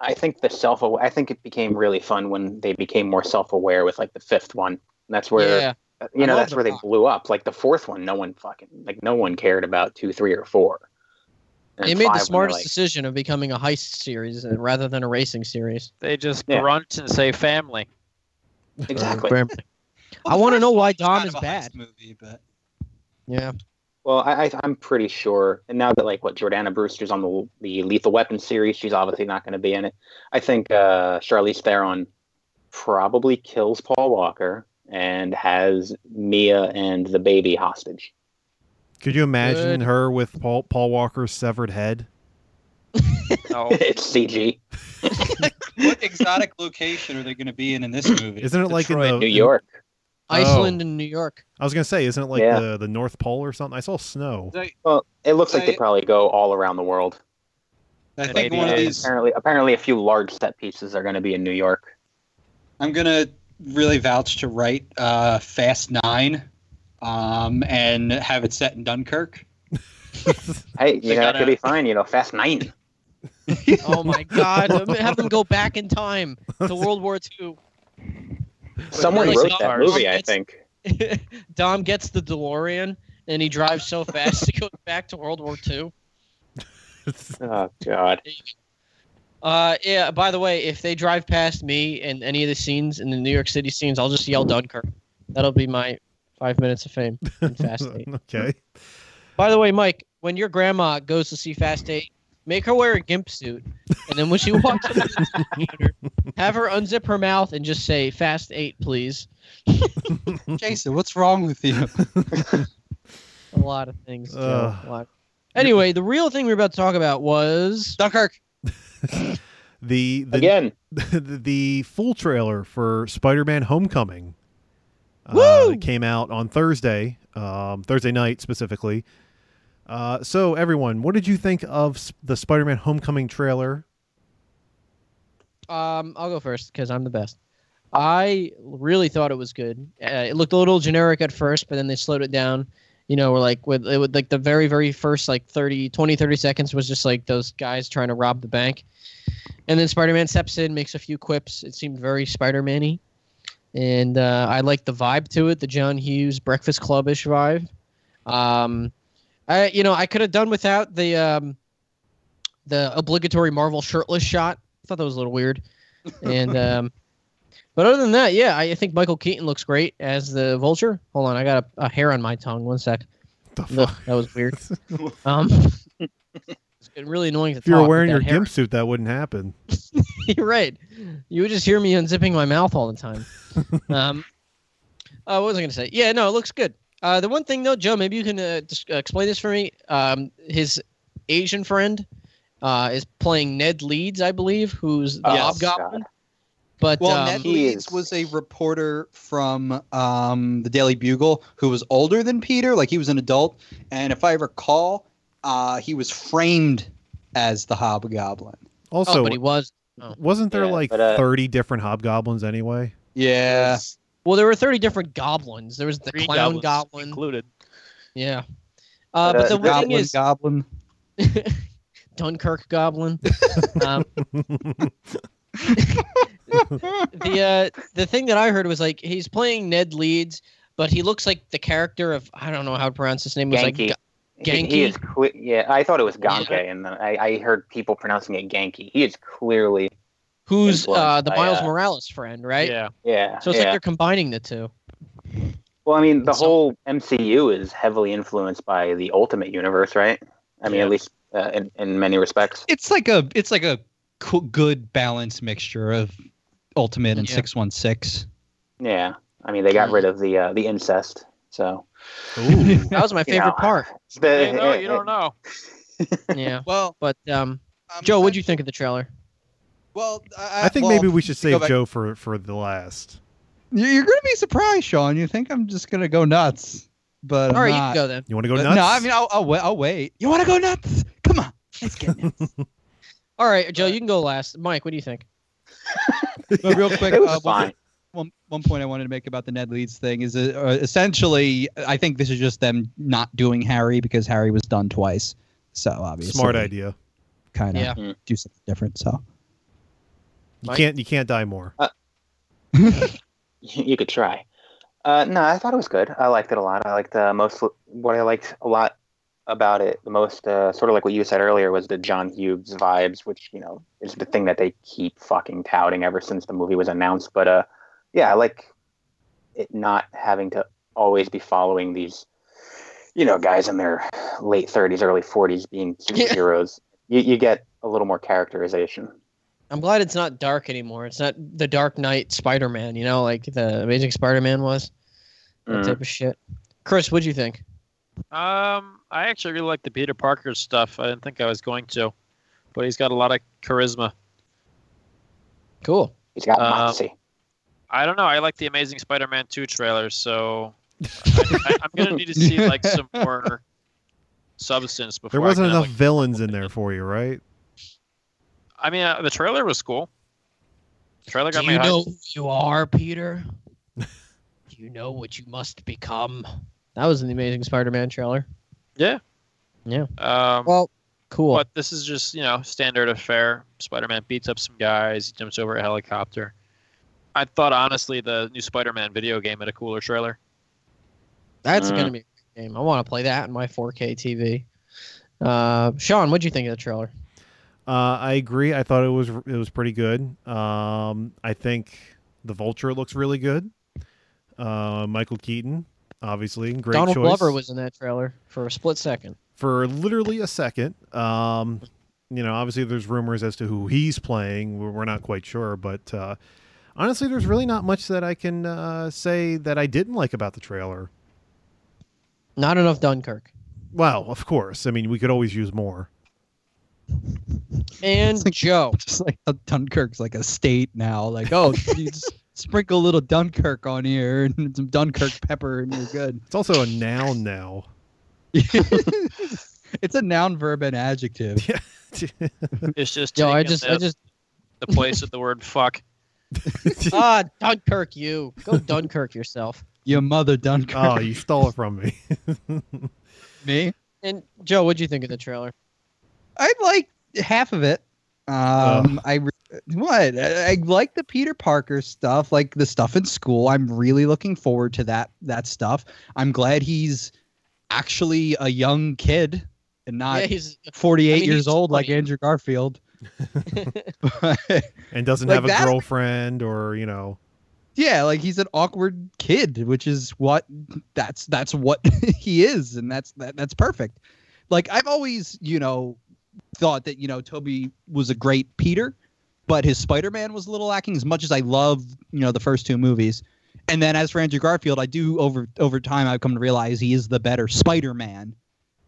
S3: I think the self. I think it became really fun when they became more self-aware with like the fifth one. And that's where uh,
S1: yeah.
S3: you
S1: I
S3: know
S1: love
S3: that's
S1: the
S3: where they
S1: plot.
S3: blew up. Like the fourth one, no one fucking like no one cared about two, three, or four. And
S1: They made
S3: five,
S1: the
S3: when
S1: smartest
S3: they're like-
S1: decision of becoming a heist series uh, rather than a racing series.
S4: They just
S3: Yeah.
S4: grunt and say family.
S3: Exactly.
S1: I want to know why Dom
S5: kind
S1: is
S5: of a
S1: bad.
S5: heist Movie, but
S1: Yeah.
S3: Well, I, I, I'm pretty sure, and now that like what Jordana Brewster's on the the Lethal Weapon series, she's obviously not going to be in it. I think uh, Charlize Theron probably kills Paul Walker and has Mia and the baby hostage.
S2: Could you imagine
S1: Good.
S2: her with Paul Paul Walker's severed head?
S4: No,
S3: it's CG.
S5: what exotic location are they going to be in in this movie?
S2: Isn't it like in the
S4: Detroit,
S3: New
S2: in-
S3: York.
S1: Iceland and New York.
S2: I was gonna say, isn't it like
S3: Yeah.
S2: the the North Pole or something? I saw snow.
S3: Well, it looks like they
S5: I-
S3: probably go all around the world.
S5: I think
S4: Maybe
S5: one of
S4: it
S5: these.
S3: Apparently, apparently, a few large set pieces are going to be in New York.
S5: I'm gonna really vouch to write uh, Fast Nine, um, and have it set in Dunkirk.
S3: Hey, you
S4: They
S3: know, that
S4: gotta-
S3: could be fine. You know, Fast Nine.
S1: Oh my God! Have them go back in time to World War II.
S3: Someone
S1: really
S3: wrote
S1: not
S3: that
S4: ours.
S3: movie, I
S1: It's-
S3: think.
S1: Dom gets the DeLorean and he drives so fast to go back to World War II.
S3: Oh God.
S1: Uh, yeah. By the way, if they drive past me in any of the scenes in the New York City scenes, I'll just yell Dunkirk. That'll be my five minutes of fame in Fast Eight.
S2: okay.
S1: By the way, Mike, when your grandma goes to see Fast Eight, make her wear a gimp suit, and then when she walks into the theater, have her unzip her mouth and just say "Fast Eight, please."
S5: Jason, what's wrong with you?
S1: A lot of things. Joe,
S2: Ugh.
S1: a lot. Anyway, the real thing we were about to talk about was
S5: Dunkirk.
S2: The the,
S3: Again,
S2: the the full trailer for Spider-Man: Homecoming
S1: Woo!
S2: Uh, came out on Thursday, um, Thursday night specifically. Uh, so everyone, what did you think of s- the Spider-Man: Homecoming trailer?
S1: Um, I'll go first because I'm the best. I really thought it was good. Uh, it looked a little generic at first, but then they slowed it down. You know, we're like with it would like the very very first like 30 20 30 seconds was just like those guys trying to rob the bank. And then Spider-Man steps in, makes a few quips. It seemed very Spider-Man-y. And uh, I liked the vibe to it, the John Hughes Breakfast Club-ish vibe. Um, I you know, I could have done without the um, the obligatory Marvel shirtless shot. I thought that was a little weird. And um, but other than that, yeah, I, I think Michael Keaton looks great as the Vulture. Hold on, I got a, a hair on my tongue. One sec.
S2: The
S1: Ugh,
S2: fuck?
S1: that was weird. Um, it's been really annoying to
S2: If you
S1: talk
S2: were
S1: with
S2: wearing
S1: that
S2: your
S1: hair.
S2: gimp suit, that wouldn't happen.
S1: You're right. You would just hear me unzipping my mouth all the time. um, uh, what was I going to say? Yeah, no, it looks good. Uh, the one thing though, Joe, maybe you can uh, just, uh, explain this for me. Um, his Asian friend uh, is playing Ned Leeds, I believe, who's the
S3: Yes,
S1: Hobgoblin. But
S5: Well,
S1: um,
S5: Ned
S3: he
S5: Leeds
S3: is-
S5: was a reporter from um, the Daily Bugle who was older than Peter, like he was an adult. And if I recall, uh, he was framed as the Hobgoblin.
S2: Also,
S1: oh, but he was.
S2: wasn't there
S3: Yeah,
S2: like
S3: but, uh,
S2: thirty different hobgoblins anyway?
S5: Yeah.
S1: Well, there were thirty different goblins. There was the
S4: Three
S1: clown
S4: goblins
S1: goblin.
S4: included.
S1: Yeah. Uh, but
S3: But,
S1: the
S3: uh,
S1: one
S5: Goblin,
S1: thing is
S5: Goblin.
S1: Dunkirk goblin. um, the uh, the thing that I heard was like he's playing Ned Leeds, but he looks like the character of I don't know how to pronounce his name. It was like
S3: Genki.
S1: Ga-
S3: He,
S1: Genki?
S3: he is. Cle- yeah, I thought it was Ganke, and then I, I heard people pronouncing it Genki. He is clearly.
S1: who's uh,
S3: Influenced
S1: the
S3: by,
S1: Miles
S3: uh,
S1: Morales friend, right?
S4: Yeah.
S3: Yeah.
S1: So it's
S3: yeah.
S1: like they're combining the two.
S3: well, I mean, the
S1: so-
S3: whole MCU is heavily influenced by the Ultimate Universe, right? I mean,
S4: Yeah.
S3: at least uh, in in many respects.
S5: It's like a it's like a co- good balanced mixture of Ultimate and
S1: Yeah.
S5: Six One Six.
S3: Yeah. I mean, they got
S1: Mm.
S3: rid of the uh, the incest. So
S2: Ooh.
S1: That was my
S3: You
S1: favorite
S3: know.
S1: part.
S3: the,
S4: You know, you don't know.
S1: Yeah,
S5: Well,
S1: but um,
S5: I'm-
S1: Joe, what'd you think of the trailer?
S5: Well, I,
S2: I think
S5: Uh, well,
S2: maybe we should
S5: go
S2: save
S5: back-
S2: Joe for for the last.
S5: you- you're going to be surprised, Sean. You think I'm just going to go nuts, but
S1: All
S5: I'm
S1: right,
S5: not.
S1: you can go then.
S2: You want to go
S5: But-
S2: nuts?
S5: Uh, No, I mean I'll, I'll, wait, I'll wait. You want to go nuts? Come on, let's get nuts.
S1: All right, Joe, you can go last. Mike, what do you think?
S5: But real quick,
S3: It was
S5: uh,
S3: fine.
S5: One, one, one point I wanted to make about the Ned Leeds thing is uh, uh, essentially, I think this is just them not doing Harry because Harry was done twice. So obviously,
S2: Smart idea.
S5: Kind of
S1: Yeah.
S3: Mm.
S5: do something different. So
S2: You
S1: Mike?
S2: can't you can't die more.
S3: you could try. Uh, no, I thought it was good. I liked it a lot. I liked uh, most what I liked a lot about it. The most uh, sort of like what you said earlier was the John Hughes vibes, which you know is the thing that they keep fucking touting ever since the movie was announced. But uh, yeah, I like it not having to always be following these, you know, guys in their late thirties, early forties being superheroes. you, you get a little more characterization.
S1: I'm glad it's not dark anymore. It's not the Dark Knight Spider Man, you know, like the Amazing Spider Man was. That
S3: Mm.
S1: type of shit. Chris, what'd you think?
S4: Um, I actually really like the Peter Parker stuff. I didn't think I was going to, but he's got a lot of charisma.
S1: Cool.
S3: He's got
S4: Uh,
S3: moxie.
S4: I don't know. I like the Amazing Spider-Man 2 trailer, so I, I, I'm gonna need to see like some more substance before.
S2: There
S4: I
S2: wasn't
S4: can,
S2: enough
S4: like-
S2: villains in there for you, right?
S4: I mean, uh, the trailer was cool. The trailer got
S1: Do
S4: me.
S1: you
S4: hyped.
S1: know who you are, Peter? Do you know what you must become? That was in the Amazing Spider Man trailer.
S4: Yeah.
S1: Yeah.
S4: Um,
S1: Well, cool.
S4: But this is just, you know, standard affair. Spider Man beats up some guys, he jumps over a helicopter. I thought, honestly, the new Spider Man video game had a cooler trailer.
S1: That's
S3: Mm.
S1: going to be a great game. I want to play that on my 4K TV. Uh, Sean, what'd you think of the trailer?
S2: Uh, I agree. I thought it was it was pretty good. Um, I think the Vulture looks really good. Uh, Michael Keaton, obviously, great
S1: Donald
S2: choice
S1: Glover was in that trailer for a split second.
S2: for literally a second. Um, you know, obviously, there's rumors as to who he's playing. We're we're not quite sure, but uh, honestly, there's really not much that I can uh, say that I didn't like about the trailer.
S1: Not enough Dunkirk.
S2: Well, of course. I mean, we could always use more.
S1: And Joe.
S5: just like how Dunkirk's like a state now. Like oh, you just sprinkle a little Dunkirk on here and some Dunkirk pepper, and you're good.
S2: It's also a noun now.
S5: it's a noun, verb, and adjective.
S4: It's just,
S1: Joe, I
S4: taking
S1: just,
S4: the,
S1: I just,
S4: the place of the word fuck.
S5: Oh,
S1: ah, Dunkirk, you. Go Dunkirk yourself.
S5: Your mother Dunkirk.
S2: oh, you stole it from me.
S5: me.
S1: And Joe, what'd you think of the trailer?
S5: I like half of it.
S2: Oh.
S5: Um, I re- what I, I like the Peter Parker stuff, like the stuff in school. I'm really looking forward to that that stuff. I'm glad he's actually a young kid and not
S1: yeah, he's
S5: 48
S1: I mean,
S5: years
S1: he's
S5: old like
S1: 20.
S5: Andrew Garfield.
S2: and doesn't
S5: Like
S2: have a
S5: that-
S2: girlfriend or you know
S5: yeah, like he's an awkward kid, which is what that's that's what he is, and that's that, that's perfect. Like I've always, you know, thought that you know Toby was a great Peter, but his Spider Man was a little lacking. As much as I love, you know, the first two movies, and then as for Andrew Garfield, I do over over time I've come to realize he is the better Spider Man.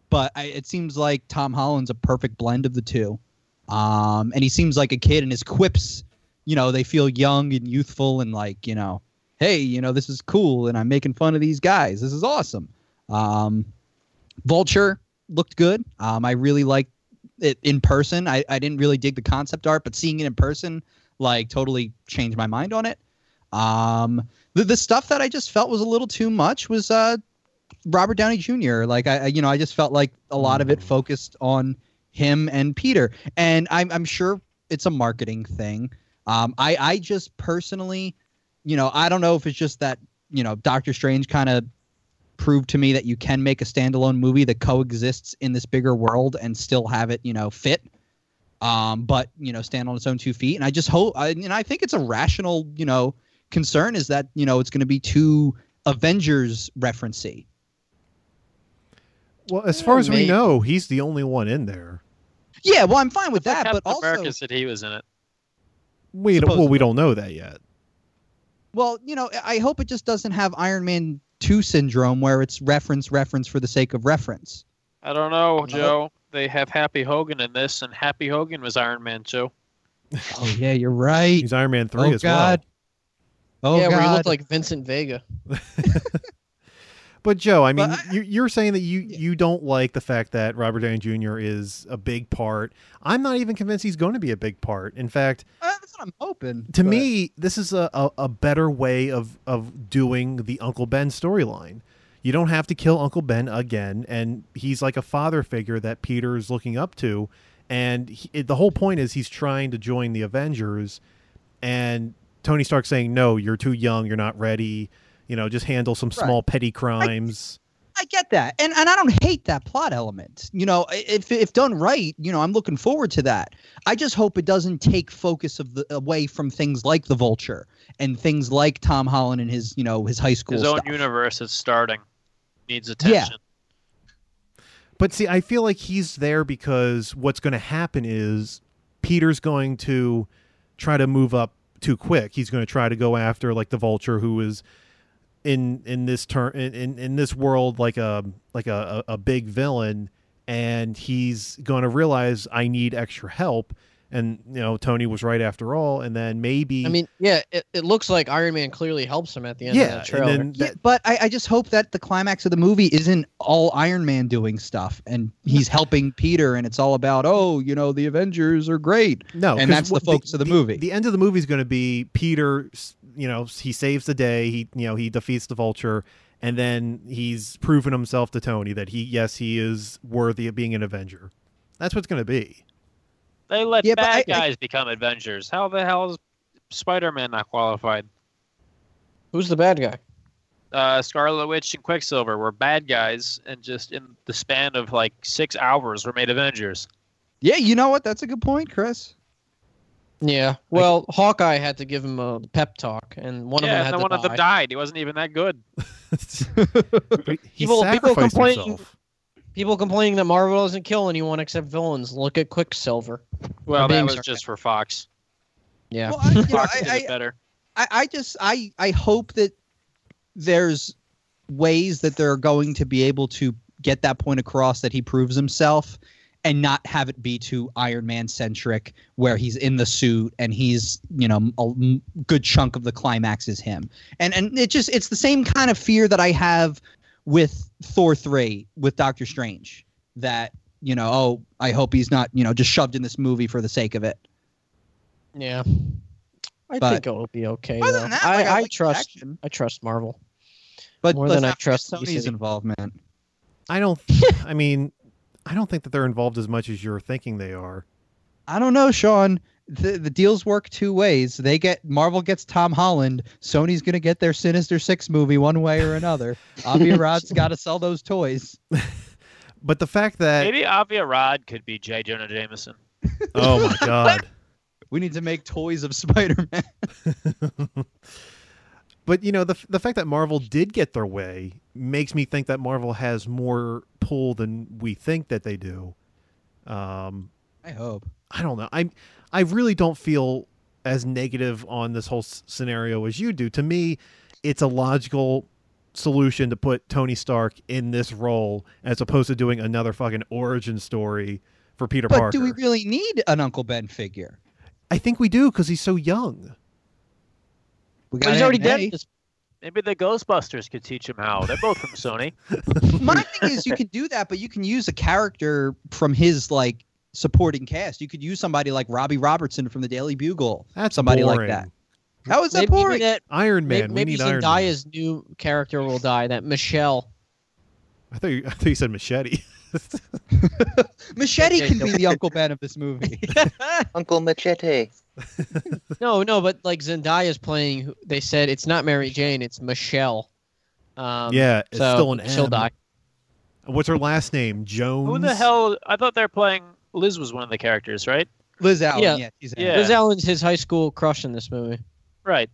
S5: But I, it seems like Tom Holland's a perfect blend of the two, um, and he seems like a kid, and his quips you know they feel young and youthful and like you know hey you know this is cool and i'm making fun of these guys this is awesome um vulture looked good um i really liked it in person i, I didn't really dig the concept art but seeing it in person like totally changed my mind on it um the, the stuff that i just felt was a little too much was uh robert downey jr like i I- you know i just felt like a lot of it
S2: Mm.
S5: focused on him and peter and i'm, I'm sure it's a marketing thing um, I I just personally, you know, I don't know if it's just that you know Doctor Strange kind of proved to me that you can make a standalone movie that coexists in this bigger world and still have it you know fit, um, but you know stand on its own two feet. And I just hope, I, and I think it's a rational you know concern is that you know it's going to be too Avengers referencey.
S2: well as far
S1: Yeah,
S2: as we
S1: maybe.
S2: know he's the only one in there
S5: Yeah, well, I'm fine with
S4: But
S5: that,
S4: Captain
S5: but also
S4: America said he was in it.
S2: we well we
S5: Supposedly.
S2: don't know that yet
S5: Well, you know, I hope it just doesn't have Iron Man 2 syndrome where it's reference, reference for the sake of reference.
S4: I don't know, Joe. they have Happy Hogan in this, and Happy Hogan was Iron Man too.
S5: Oh yeah, you're right.
S2: He's Iron Man three
S5: Oh,
S2: as
S5: God. Oh
S1: yeah,
S5: God.
S1: where he looked like Vincent Vega.
S2: well. But Joe, I mean,
S5: But I-
S2: you, you're saying that you you don't like the fact that Robert Downey Jr. is a big part. I'm not even convinced he's going to be a big part. In fact,
S5: Uh, that's what I'm hoping.
S2: to
S5: but-
S2: me, this is a, a, a better way of of doing the Uncle Ben storyline. You don't have to kill Uncle Ben again, and he's like a father figure that Peter is looking up to, and he, it, the whole point is he's trying to join the Avengers, and Tony Stark saying, "No, you're too young. You're not ready. You know, just handle some
S5: Right.
S2: small petty crimes."
S5: I get that, and and I don't hate that plot element. You know, i- if if done right, you know, I'm looking forward to that. I just hope it doesn't take focus of the away from things like the Vulture and things like Tom Holland and his you know his high school
S4: His own
S5: stuff.
S4: universe is starting, needs attention.
S2: But see, I feel like he's there because what's going to happen is Peter's going to try to move up too quick. He's going to try to go after like the vulture who is in in this turn in, in in this world like a like a a a big villain and he's going to realize I need extra help and you know Tony was right after all and then maybe
S1: I mean, yeah, it, it looks like Iron Man clearly helps him at the end of
S2: yeah
S1: that
S2: and
S1: trailer.
S2: then
S5: Yeah,
S2: that,
S5: but I, I just hope that the climax of the movie isn't all Iron Man doing stuff and he's helping Peter and it's all about oh you know the Avengers are great.
S2: No,
S5: And
S2: 'cause
S5: that's the
S2: what-
S5: focus of the movie.
S2: The end of the movie is going to be Peter. s- You know, s- he saves the day. He you know he defeats the Vulture, and then he's proven himself to Tony that he yes he is worthy of being an Avenger. That's what's going to be.
S4: They let
S5: Yeah, but
S4: bad
S5: I- I-
S4: guys become Avengers. How the hell is Spider-Man not qualified?
S1: Who's the bad guy?
S4: Uh, Scarlet Witch and Quicksilver were bad guys, and just in the span of like six hours, were made Avengers.
S5: Yeah, you know what? That's a good point, Chris.
S1: Yeah, well, Hawkeye had to give him a pep talk, and one
S4: yeah,
S1: of them had
S4: and then
S1: to
S4: one
S1: die.
S4: of them died. He wasn't even that good.
S2: he
S1: People- people
S2: sacrificed
S1: complain-
S2: himself.
S1: People complaining that Marvel doesn't kill anyone except villains. Look at Quicksilver.
S4: Well, that
S1: being
S4: was
S1: sarcastic.
S4: just for Fox.
S1: Yeah,
S5: Well, I, you know,
S4: Fox
S5: I-
S4: did
S5: I-
S4: it better.
S5: I, I just I I hope that there's ways that they're going to be able to get that point across that he proves himself and not have it be too Iron Man centric where he's in the suit and he's you know a m- good chunk of the climax is him and and it just it's the same kind of fear that I have with Thor 3 with Doctor Strange that you know oh I hope he's not you know just shoved in this movie for the sake of it
S1: yeah. I
S5: But-
S1: think it'll be okay.
S5: Other
S1: though.
S5: than that,
S1: I,
S5: like, I
S1: I
S5: like the
S1: trust.
S5: action.
S1: I trust Marvel.
S5: but
S1: More
S5: let's
S1: than I
S5: not forget
S1: trust
S5: Sony's
S1: DC.
S5: involvement
S2: I don't. I mean, I don't think that they're involved as much as you're thinking they are.
S5: I don't know, Sean. The the deals work two ways. They get Marvel gets Tom Holland. Sony's gonna get their Sinister Six movie one way or another. Avi Rod's got to sell those toys.
S2: But the fact that
S4: Maybe Avia Rod could be J. Jonah Jameson.
S2: oh my god.
S5: We need to make toys of Spider Man.
S2: But you know the f- the fact that Marvel did get their way makes me think that Marvel has more pull than we think that they do. Um,
S5: I hope.
S2: I don't know. I I really don't feel as negative on this whole s- scenario as you do. To me, it's a logical solution to put Tony Stark in this role as opposed to doing another fucking origin story for Peter
S5: But
S2: Parker.
S5: do we really need an Uncle Ben figure?
S2: I think we do because he's so young.
S5: We
S1: But he's
S5: an
S1: already
S5: NA.
S1: dead. at this-
S4: Maybe the Ghostbusters could teach him how. They're both from Sony.
S5: My thing is, you could do that, but you can use a character from his like supporting cast. You could use somebody like Robbie Robertson from the Daily Bugle.
S2: That's
S5: somebody like
S2: boring.
S5: that. How is that
S1: Maybe, maybe
S5: boring?
S1: that.
S2: Iron
S1: may-
S2: Man.
S1: maybe
S2: we need Iron Man.
S1: Zendaya's new character will die. That Michelle.
S2: I thought you, I thought you said machete.
S5: Machete
S1: Okay,
S5: can
S1: no.
S5: be the Uncle Ben of this movie.
S3: Uncle Machete.
S1: No, no, but like Zendaya's playing. who- They said it's not Mary Jane. It's Michelle. Um,
S2: yeah, it's
S1: so
S2: still an
S1: she'll
S2: M.
S1: die.
S2: What's her last name? Jones.
S4: Who the hell? I thought they were playing. Liz was one of the characters, right?
S5: Liz Allen.
S1: Yeah.
S5: Yeah, she's in it.
S4: Yeah.
S1: Liz Allen's his high school crush in this movie.
S4: Right.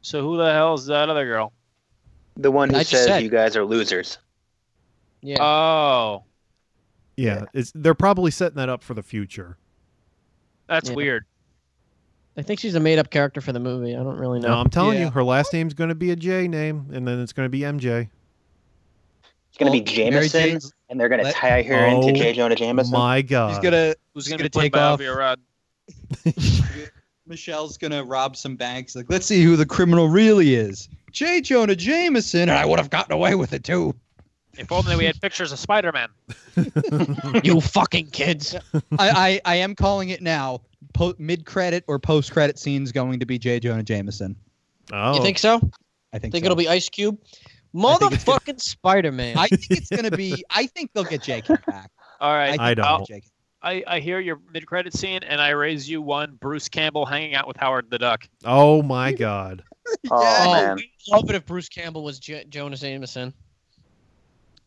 S4: So who the hell is that other girl?
S3: The one who
S1: I just
S3: says
S1: said.
S3: you guys are losers.
S1: Yeah.
S4: Oh,
S2: Yeah, It's, they're probably setting that up for the future.
S4: that's
S1: Yeah.
S4: weird.
S1: I think she's a made up character for the movie. I don't really know.
S2: No, I'm telling
S5: Yeah.
S2: you, her last name's going to be a J name, and then it's going to be MJ.
S3: It's going to be
S5: Well, Mary
S3: Jameson,
S5: Jane's-
S3: and they're going to
S5: Let-
S3: tie her into
S2: Oh,
S3: J. Jonah Jameson.
S2: My God.
S5: She's gonna.
S4: Who's
S5: she's
S4: going
S5: gonna
S4: to play
S5: take off.
S4: Bobby Arad?
S5: Michelle's gonna rob some banks. Like, let's see who the criminal really is. J. Jonah Jameson, and I would have gotten away with it too.
S4: If only we had pictures of Spider Man.
S1: you fucking kids.
S5: I, I, I am calling it now. Po- Mid credit or post credit scene's going to be J. Jonah Jameson.
S2: oh,
S1: You think so?
S5: I think.
S1: Think
S5: so.
S1: it'll be Ice Cube?
S5: think it's gonna-
S1: Motherfucking Spider Man.
S5: I think it's gonna be. I think they'll get J.K. back.
S4: All right.
S5: think
S2: I
S5: they'll
S2: don't.
S5: get J.K.
S4: I, I hear your mid credit scene, and I raise you one Bruce Campbell hanging out with Howard the Duck.
S2: oh my God.
S3: oh,
S5: Yeah.
S1: Oh,
S3: man.
S1: we love it if Bruce Campbell was J- Jonas Jameson.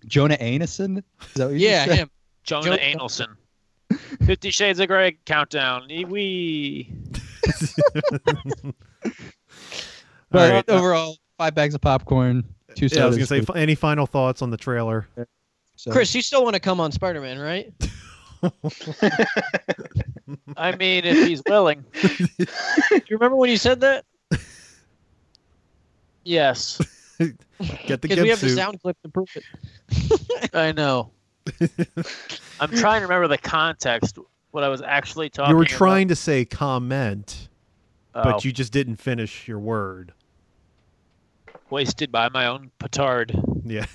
S5: Jonah Anison. Is that what you
S1: Yeah,
S5: said?
S1: him. Jonah-
S4: Jonah Anelson. Fifty Shades of Grey countdown. We.
S2: All
S5: But
S2: right.
S5: overall, five bags of popcorn, two sodas.
S2: Yeah, I was gonna say, f- any final thoughts on the trailer?
S5: So-
S1: Chris, you still want to come on Spider Man, right?
S4: I mean, if he's willing.
S1: Do you remember when you said that?
S4: Yes,
S2: Get the
S1: Because we
S2: Gibb
S1: have the
S2: suit.
S1: sound clip to prove it.
S4: I know. I'm trying to remember the context. What I was actually talking.
S2: You were trying to say comment,
S4: about. Oh,
S2: but you just didn't finish your word.
S4: wasted by my own petard.
S2: Yeah.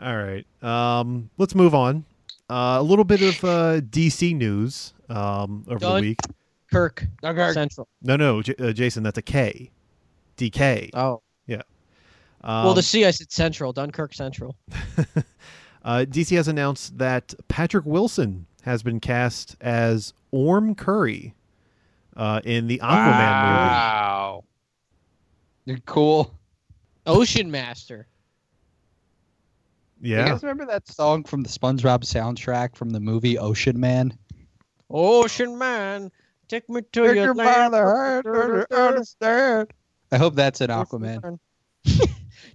S2: All right. Um, let's move on. Uh, a little bit of uh, DC news um, over
S1: Done.
S2: the week.
S1: Kirk Central.
S2: No, no, J- uh, Jason, that's a K. DK.
S1: Oh.
S2: Um,
S1: well, the C, I said Central, Dunkirk Central.
S2: uh, DC has announced that Patrick Wilson has been cast as Orm Curry uh, in the Aquaman movie.
S4: wow.
S5: You're cool.
S1: Ocean Master.
S5: You
S2: Yeah.
S5: guys remember that song from the SpongeBob soundtrack from the movie Ocean Man?
S1: Ocean Man, take me to your land.
S5: I hope that's in Aquaman.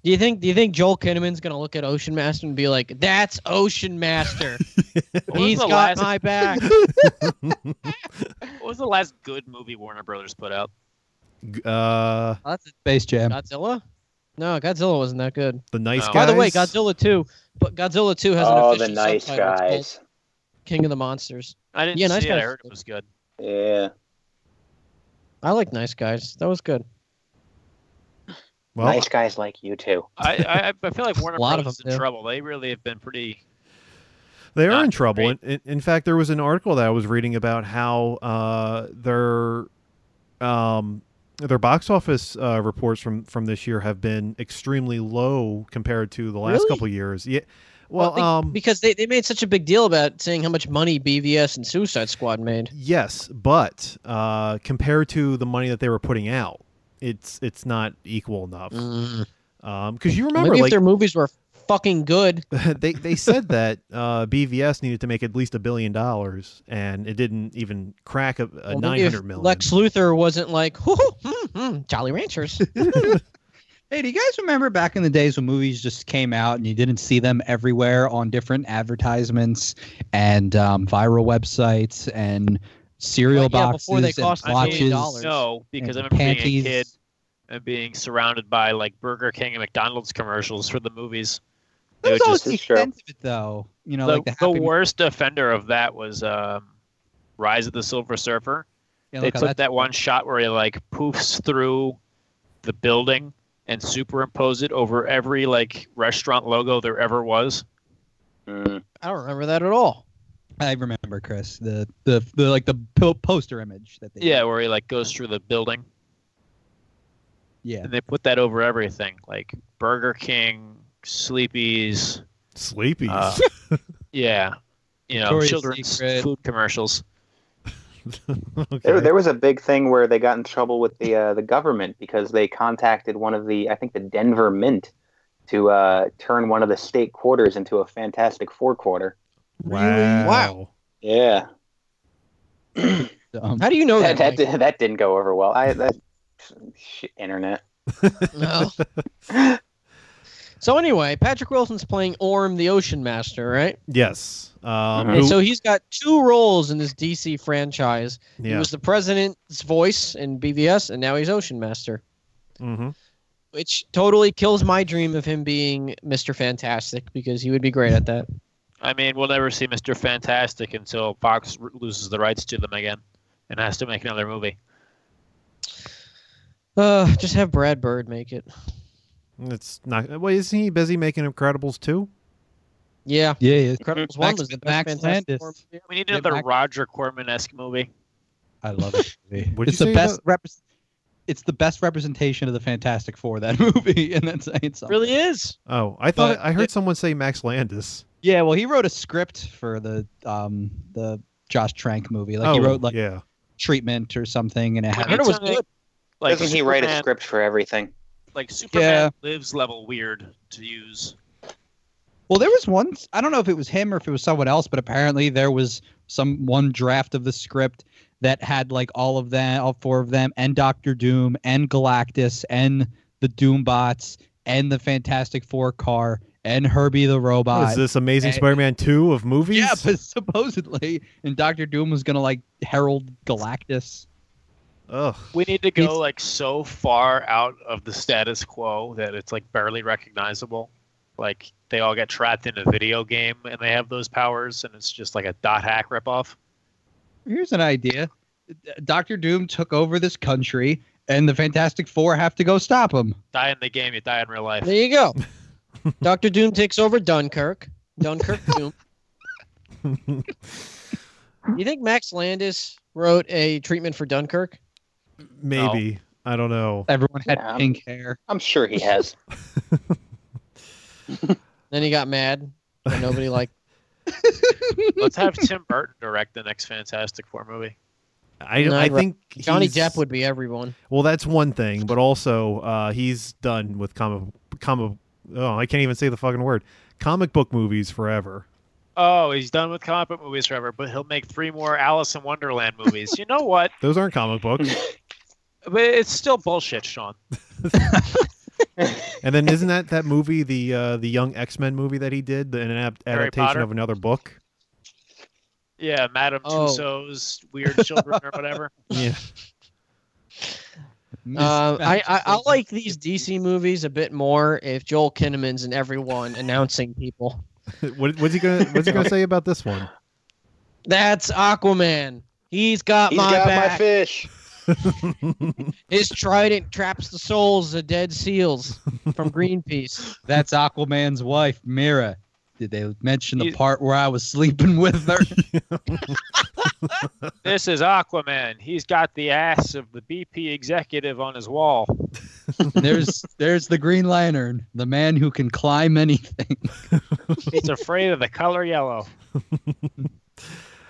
S1: do you think? Do you think Joel Kinnaman's gonna look at Ocean Master and be like, "That's Ocean Master.
S4: What was
S1: He's
S4: the
S1: got
S4: last-
S1: my back."
S4: What was the last good movie Warner Brothers put out?
S2: G- Uh,
S5: Space Jam.
S1: Godzilla? No, Godzilla wasn't that good.
S2: the nice
S4: Oh.
S2: guys.
S1: By the way, Godzilla two, but Godzilla two has an
S3: Oh, the
S1: official
S3: nice
S1: subtitle. It's called
S3: guys.
S1: King of the Monsters.
S4: I didn't
S1: Yeah,
S4: see
S1: Nice
S4: it.
S1: Guys
S4: I
S1: was
S4: heard it
S1: good.
S4: was good.
S3: Yeah.
S1: I like Nice Guys. That was good.
S2: Well,
S3: nice guys like you too.
S4: I, I I feel like Warner
S1: A lot of
S4: Brothers is
S1: them
S4: in
S1: do.
S4: trouble. They really have been pretty.
S2: They are
S4: not
S2: in trouble.
S4: great.
S2: In, in, in fact, there was an article that I was reading about how uh, their um, their box office uh, reports from from this year have been extremely low compared to the last
S1: Really?
S2: couple years. Yeah. Well,
S1: be-
S2: um,
S1: because they, they made such a big deal about saying how much money BVS and Suicide Squad made.
S2: yes, but uh, compared to the money that they were putting out, it's it's not equal enough. Because you remember,
S1: Mm. Maybe if
S2: like Uh,
S1: their movies were fucking good.
S2: they they said that uh, BVS needed to make at least a billion dollars, and it didn't even crack a, a
S1: Well,
S2: nine
S1: maybe if
S2: hundred million.
S1: Lex Luthor wasn't like, "Hoo, hoo, hmm, hmm, Jolly Ranchers.
S5: Hey, do you guys remember back in the days when movies just came out and you didn't see them everywhere on different advertisements and um, viral websites and cereal
S1: Well, yeah,
S5: boxes
S1: before they
S5: and
S1: cost a million
S5: watches?
S1: dollars.
S4: No, because I
S5: and
S4: remember being a
S5: panties?
S4: kid and being surrounded by like Burger King and McDonald's commercials for the movies. They
S5: That was
S4: would
S5: always
S4: just,
S5: the
S3: This is true.
S5: extent of it, though. You know,
S4: the,
S5: like the,
S4: the
S5: Happy Meal-
S4: worst offender of that was um, Rise of the Silver Surfer.
S5: Yeah,
S4: they
S5: look how
S4: took
S5: that's-
S4: that one shot where he like poofs through the building and superimpose it over every like restaurant logo there ever was.
S3: Mm.
S1: I don't remember that at all.
S5: I remember, Chris. The the, the like the po- poster image that they
S4: Yeah, where he like goes through the building
S5: yeah.
S4: and they put that over everything, like Burger King, Sleepy's,
S2: Sleepies.
S4: Uh, yeah, you know,
S5: Victoria's
S4: children's
S5: Secret.
S4: food commercials.
S2: okay.
S3: There, there was a big thing where they got in trouble with the uh, the government because they contacted one of the I think the Denver Mint to uh, turn one of the state quarters into a Fantastic Four quarter.
S2: wow.
S1: Wow.
S3: Yeah,
S5: Um,
S1: How do you know
S3: that
S1: that?
S3: that,
S1: Mike?
S3: did, that didn't go over well. I that shit, internet.
S1: No. So anyway, Patrick Wilson's playing Orm, the Ocean Master, right?
S2: Yes. Um,
S3: Mhm.
S2: who-
S1: And so he's got two roles in this DC franchise. He
S2: yeah.
S1: was the president's voice in BVS, and now he's Ocean Master.
S2: hmm
S1: which totally kills my dream of him being Mr. Fantastic because he would be great at that.
S4: I mean, we'll never see Mister Fantastic until Fox r- loses the rights to them again and has to make another movie.
S1: Uh, just have Brad Bird make it.
S2: It's not. Well, isn't he busy making Incredibles too?
S1: Yeah,
S5: Yeah, yeah.
S1: Incredibles one
S5: Max-
S1: was the best
S5: Max
S1: Fantastic
S5: Landis.
S1: Four movie.
S4: We need
S5: Yeah,
S4: another
S5: back-
S4: Roger Corman esque movie.
S5: I love it.
S2: What'd
S5: it's
S2: you say
S5: the best rep- It's the best representation of the Fantastic Four that movie, and that's saying something.
S4: Really is.
S2: Oh, I thought
S5: But
S2: I heard
S5: it-
S2: someone say Max Landis.
S5: Yeah, well, he wrote a script for the um the Josh Trank movie. Like
S2: oh,
S5: he wrote like
S2: yeah.
S5: treatment or something, and it
S4: I
S5: had
S4: heard it was
S1: Something-
S4: good. Like
S3: Doesn't he write a
S4: Superman-
S3: script for everything?
S4: Like Superman Lives level weird to use.
S5: Well, there was one. I don't know if it was him or if it was someone else, but apparently there was some one draft of the script that had like all of them, all four of them, and Doctor Doom, and Galactus, and the Doombots, and the Fantastic Four car, and Herbie the
S2: What is
S5: robot.
S2: this Amazing
S5: I-
S2: Spider-Man two of movies?
S5: Yeah, but supposedly, and Doctor Doom was gonna like herald Galactus.
S2: Ugh.
S4: We need to go
S5: He's-
S4: like so far out of the status quo that it's like barely recognizable. Like they all get trapped in a video game and they have those powers, and it's just like a dot hack ripoff.
S5: Here's an idea: Doctor Doom took over this country, and the Fantastic Four have to go stop him.
S4: Die in the game, you die in real life.
S1: There you go. Doctor Doom takes over Dunkirk. Dunkirk Doom. You think Max Landis wrote a treatment for Dunkirk?
S2: Maybe I don't know.
S5: Everyone had
S3: Yeah.
S5: pink hair.
S3: I'm sure he has.
S1: Then he got mad and nobody liked.
S4: Let's have Tim Burton direct the next Fantastic Four movie.
S2: I
S1: No,
S2: I
S1: I'd ra-
S2: think
S1: Johnny
S2: he's-
S1: Depp would be everyone.
S2: Well, that's one thing, but also uh, he's done with comic comic. Oh, I can't even say the fucking word. Comic book movies forever.
S4: Oh, he's done with comic book movies forever, but he'll make three more Alice in Wonderland movies. You know what?
S2: Those aren't comic books.
S4: But it's still bullshit, Sean.
S2: and then isn't that that movie the uh, the young X Men movie that he did, the, an adapt-
S4: Harry
S2: adaptation
S4: Potter?
S2: of another book?
S4: Yeah, Madame
S1: Oh.
S4: Tussauds, Weird Children, or whatever.
S2: Yeah.
S1: Uh, I, I I like these DC movies a bit more if Joel Kinnaman's and everyone announcing people.
S2: what, what's he gonna What's he gonna say about this one?
S1: That's Aquaman. He's got
S3: He's
S1: my
S3: got
S1: back.
S3: my fish.
S1: His trident traps the souls of dead seals from Greenpeace.
S5: That's Aquaman's wife, Mira. Did they mention the
S4: You-
S5: part where I was sleeping with her?
S4: This is Aquaman. He's got the ass of the BP executive on his wall.
S5: there's there's the Green Lantern, the man who can climb anything.
S4: He's afraid of the color yellow.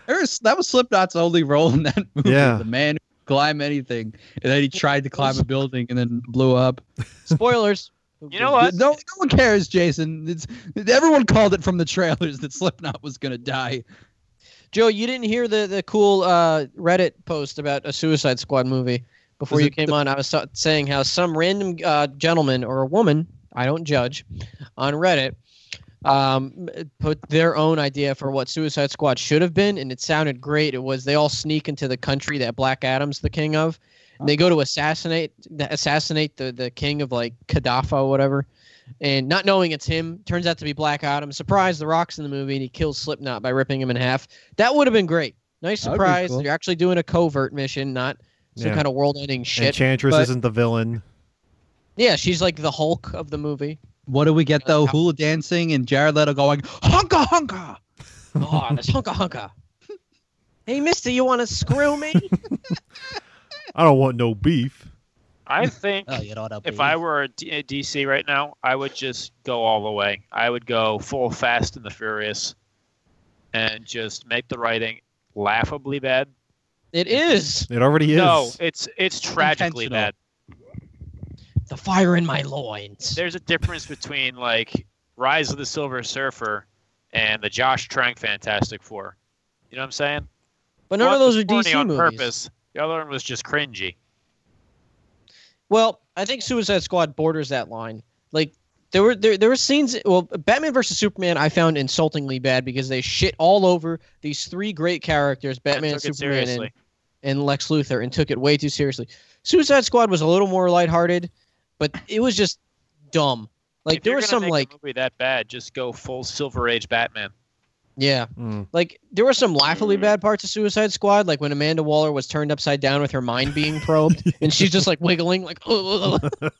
S5: There's, that was Slipknot's only role in that movie.
S2: Yeah.
S5: The man who can climb anything, and then he tried to climb a building and then blew up.
S1: Spoilers.
S4: You know what?
S5: No, no one cares, Jason. It's, everyone called it from the trailers that Slipknot was gonna die.
S1: Joe, you didn't hear the the cool uh, Reddit post about a Suicide Squad movie before
S5: Was
S1: you
S5: it
S1: came
S5: the-
S1: on. I was sa- saying how some random uh, gentleman or a woman, I don't judge, on Reddit um, put their own idea for what Suicide Squad should have been, and it sounded great. It was they all sneak into the country that Black Adam's the king of, and they go to assassinate assassinate the the king of like Gaddafi or whatever. And not knowing it's him, turns out to be Black Adam. Surprise, The Rock's in the movie, and he kills Slipknot by ripping him in half. That would have been great. Nice
S5: That would be
S1: surprise.
S5: cool.
S1: You're actually doing a covert mission, not some
S2: Yeah.
S1: kind of world-ending shit.
S2: Enchantress
S5: But-
S2: isn't the villain.
S1: yeah, she's like the Hulk of the movie.
S5: What do we get
S1: Uh,
S5: though? Hula dancing and Jared Leto going honka honka.
S1: Oh, that's hunka hunka. Hey, Mister, you want to screw me?
S2: I don't want no beef.
S4: I think
S5: Oh, you know what? I'll
S4: if
S5: believe.
S4: I were a D- a DC right now, I would just go all the way. I would go full Fast and the Furious and just make the writing laughably bad.
S1: It is
S2: It already is.
S4: No, it's it's tragically
S5: Intentional.
S4: bad.
S1: the fire in my loins.
S4: There's a difference between like Rise of the Silver Surfer and the Josh Trank Fantastic Four. You know what I'm saying?
S1: But none
S4: One
S1: of those
S4: was
S1: are
S4: corny
S1: DC
S4: on
S1: movies.
S4: purpose. The other one was just cringy.
S1: Well, I think Suicide Squad borders that line. Like there were there, there were scenes. Well, Batman versus Superman I found insultingly bad because they shit all over these three great characters, Batman,
S4: and took it
S1: Superman, and
S4: seriously.
S1: and Lex Luthor and took it way too seriously. Suicide Squad was a little more lighthearted. but it was just dumb. Like
S4: If
S1: there
S4: you're
S1: was some
S4: gonna make a
S1: like
S4: movie that bad, just go full Silver Age Batman.
S1: yeah,
S2: Mm.
S1: like there were some laughably
S3: Mm.
S1: bad parts of Suicide Squad, like when Amanda Waller was turned upside down with her mind being probed, and she's just like wiggling, like oh,
S4: Yeah, but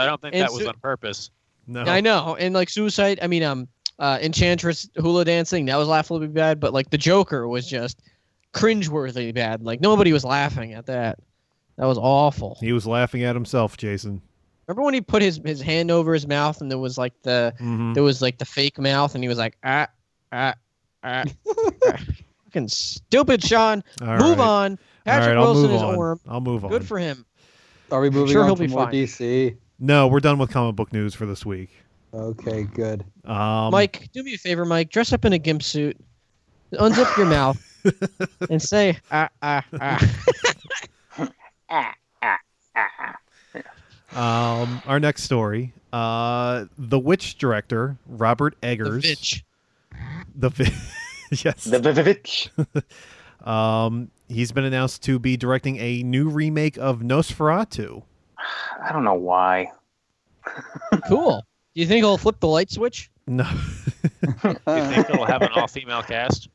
S4: I don't think
S1: And
S4: that was
S1: so-
S4: on purpose.
S2: no.
S1: I know, and like Suicide, I mean, um, uh, Enchantress hula dancing that was laughably bad, but like the Joker was just cringeworthy bad. Like nobody was laughing at that. That was awful.
S2: He was laughing at himself, Jason.
S1: Remember when he put his his hand over his mouth and there was like the
S2: hmm
S1: there was like the fake mouth and he was like ah ah ah. ah." Fucking stupid, Sean. move on. Patrick
S2: I'll
S1: Wilson
S2: move
S1: is
S2: on.
S1: a worm.
S2: I'll move on.
S1: Good for him.
S6: Are we moving
S1: Sure, he'll
S6: on to
S1: be
S6: more
S1: fine.
S6: DC?
S2: no, we're done with comic book news for this week.
S6: Okay, good.
S2: Um,
S1: Mike, do me a favor, Mike. Dress up in a gimp suit, unzip your mouth, and say ah ah ah.
S2: um, our next story. Uh, the Witch director Robert
S1: The
S2: Eggers.
S1: bitch.
S2: The vi- yes.
S3: The Vivitch.
S2: um, he's been announced to be directing a new remake of Nosferatu.
S3: I don't know why.
S1: Cool. Do you think he'll flip the light switch?
S2: No,
S4: Do you think it'll have an all-female cast?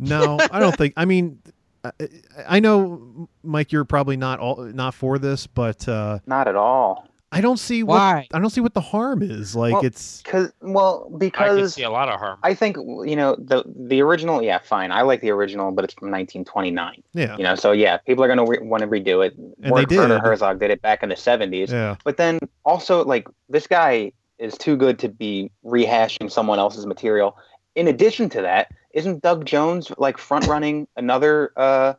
S2: no, I don't think. I mean, I, I know, Mike, you're probably not all not for this, but uh,
S3: Not at all.
S2: I don't see what
S1: Why?
S2: I don't see what the harm is. Like
S3: Well,
S2: it's
S3: Cause well,
S4: I could
S3: because
S4: see a lot of harm.
S3: I think you know the the original. Yeah, fine. I like the original, but it's from 1929.
S2: yeah,
S3: You know, so yeah, people are gonna re- want to redo it.
S2: they
S3: Werner
S2: did.
S3: Herzog did it back in the 70s.
S2: yeah,
S3: But then also, like, this guy is too good to be rehashing someone else's material. In addition to that, isn't Doug Jones like front running another uh,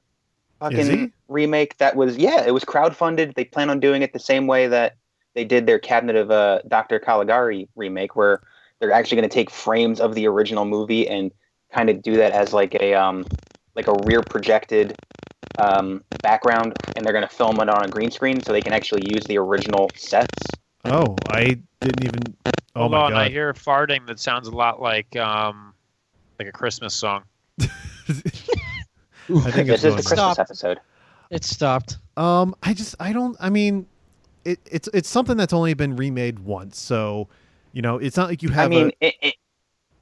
S2: Is he?
S3: fucking remake that was, yeah, it was crowdfunded. They plan on doing it the same way that they did their Cabinet of uh, Dr. Caligari remake, where they're actually going to take frames of the original movie and kind of do that as like a um, like a rear projected um, background, and they're going to film it on a green screen so they can actually use the original sets.
S2: Oh, I didn't even. Oh
S4: Hold
S2: my
S4: on, I
S2: god!
S4: hear farting that sounds a lot like um, like a Christmas song.
S2: I think it's
S3: This is the
S2: going.
S3: Christmas
S1: Stop.
S3: episode.
S1: It stopped.
S2: Um, I just I don't. I mean, it, it's it's something that's only been remade once, so you know it's not like you have
S3: I mean, it,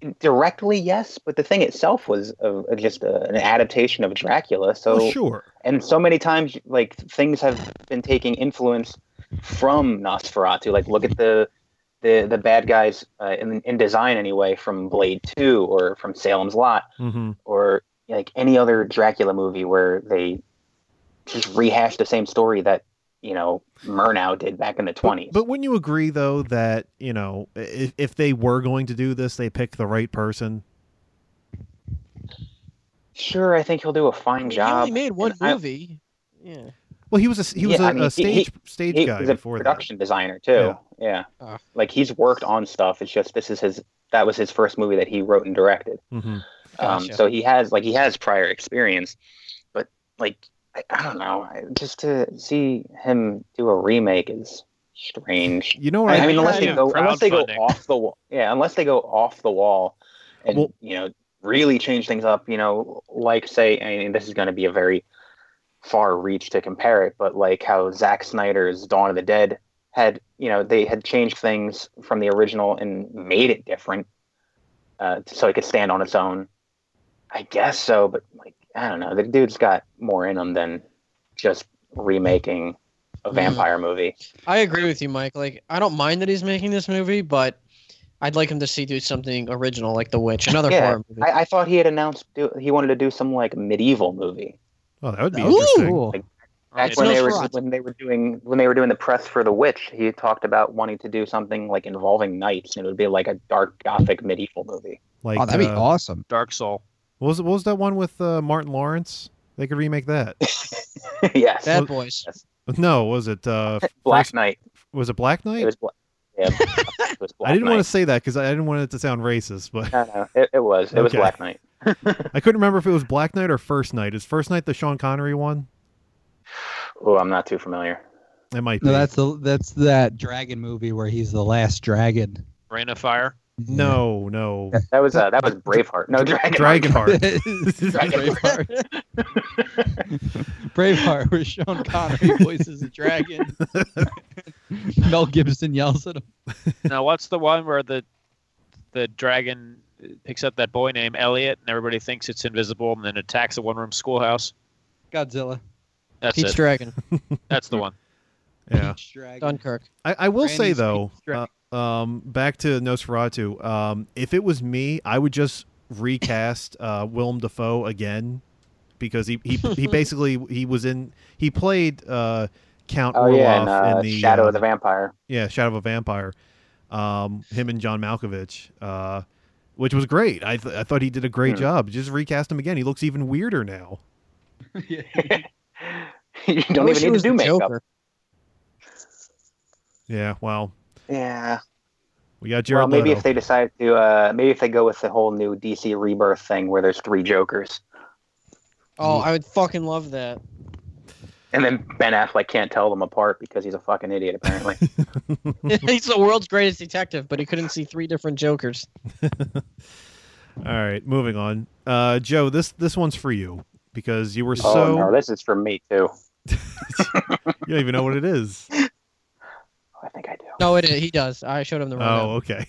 S3: it, directly yes, but the thing itself was uh just a, an adaptation of Dracula.
S2: a.
S3: So
S2: Well, Oh, sure.
S3: and so many times, like things have been taking influence from Nosferatu. Like look at the the the bad guys uh, in in design anyway from Blade Two or from Salem's Lot.
S2: hmm
S3: or like any other Dracula movie where they just rehash the same story that you know Murnau did back in the twenties.
S2: But wouldn't you agree though that you know if, if they were going to do this, they picked the right person?
S3: Sure, I think he'll do a fine
S1: He
S3: job.
S1: only made one
S3: and I-
S1: movie. Yeah.
S2: Well, he was a he was
S3: Yeah,
S2: a,
S3: I mean,
S2: a
S3: he-
S2: stage stage
S3: He
S2: guy
S3: was a
S2: before
S3: production designer too.
S2: Yeah.
S3: Yeah,
S1: Ah.
S3: like he's worked on stuff. It's just this is his that was his first movie that he wrote and directed.
S2: that. hmm
S3: Um,
S1: Gotcha.
S3: so he has like he has prior experience, but like I, I don't know, I, just to see him do a remake is strange.
S2: You know what?
S3: I, I mean,
S4: think
S3: unless they
S4: kind
S3: go
S4: of
S3: unless they go
S4: crowdfunding.
S3: off the wall, yeah, unless they go off the wall, and
S2: Well-
S3: you know, really change things up. You know, like say, I mean, this is going to be a very far reach to compare it, but like how Zack Snyder's Dawn of the Dead had, you know, they had changed things from the original and made it different, uh, so it could stand on its own. I guess so, but like I don't know, the dude's got more in him than just remaking a
S1: Mhm.
S3: vampire movie.
S1: I agree with you, Mike. Like, I don't mind that he's making this movie, but I'd like him to see do something original, like The Witch, another
S3: Yeah,
S1: horror movie.
S3: I, I thought he had announced do, he wanted to do some like medieval movie
S2: well, Oh, that would be
S5: Ooh.
S2: interesting.
S1: Cool.
S3: back
S4: It's
S3: when
S1: no
S3: they were
S1: fraud.
S3: when they were doing when they were doing the press for the witch. He talked about wanting to do something like involving knights, and it would be like a dark gothic medieval movie.
S2: Like,
S5: Oh, that'd be
S2: uh,
S5: awesome.
S4: Dark Soul.
S2: what was what was that one with uh, Martin Lawrence? They could remake that.
S3: yes,
S1: Bad Boys.
S2: no, was it uh,
S3: Black
S2: first-
S3: Knight.
S2: was it Black
S3: It
S2: Knight?
S3: was. Bla- yeah, it was Black
S2: I didn't
S3: Knight.
S2: want to say that because I didn't want it to sound racist, but
S3: No, no, it, it was. It was
S2: Okay.
S3: Black Knight.
S2: I couldn't remember if it was Black Knight or First Knight. Is First Knight the Sean Connery one?
S3: Oh, I'm not too familiar.
S2: It might be.
S5: No, that's the that's that dragon movie where he's the last dragon.
S4: Rain of Fire.
S2: no, no.
S3: That was uh, that was Braveheart. No, Dragon.
S2: Dragonheart.
S5: Braveheart. Braveheart, where Sean Connery voices a dragon. Mel Gibson yells at him.
S4: now, what's the one where the the dragon picks up that boy named Elliot, and everybody thinks it's invisible, and then attacks a one room schoolhouse?
S5: Godzilla.
S4: That's
S1: Pete's
S4: it.
S1: Dragon,
S4: That's the one.
S2: Yeah.
S5: Peach Dragon.
S1: Dunkirk.
S2: I, I will say
S5: Granny's
S2: though,
S5: Peach Dragon.
S2: uh, um, back to Nosferatu. Um, if it was me, I would just recast uh, Willem Dafoe again because he he, he basically he was in he played uh, Count
S3: Oh
S2: Orloff
S3: yeah, and uh,
S2: in the
S3: Shadow
S2: uh,
S3: of the Vampire.
S2: yeah Shadow of a Vampire. Um, him and John Malkovich, uh, which was great. I th- I thought he did a great
S3: Hmm.
S2: job. Just recast him again. He looks even weirder now.
S3: you
S1: I
S3: don't
S1: wish he
S3: even need to
S1: was
S3: do
S1: the
S3: makeup.
S1: Joker.
S2: Yeah. Wow.
S3: Yeah.
S2: We got Jared.
S3: well, maybe
S2: Leto.
S3: if they decide to, uh, maybe if they go with the whole new DC rebirth thing where there's three Jokers,
S1: Oh, I would fucking love that.
S3: and then Ben Affleck can't tell them apart because he's a fucking idiot apparently.
S1: He's the world's greatest detective, but he couldn't see three different Jokers.
S2: All right, moving on. Uh, Joe, this this one's for you because you were so
S3: oh no, this is for me too.
S2: you don't even know what it is.
S3: I think I do.
S1: No, it is. He does. I showed him the
S2: Oh,
S1: wrong.
S2: okay.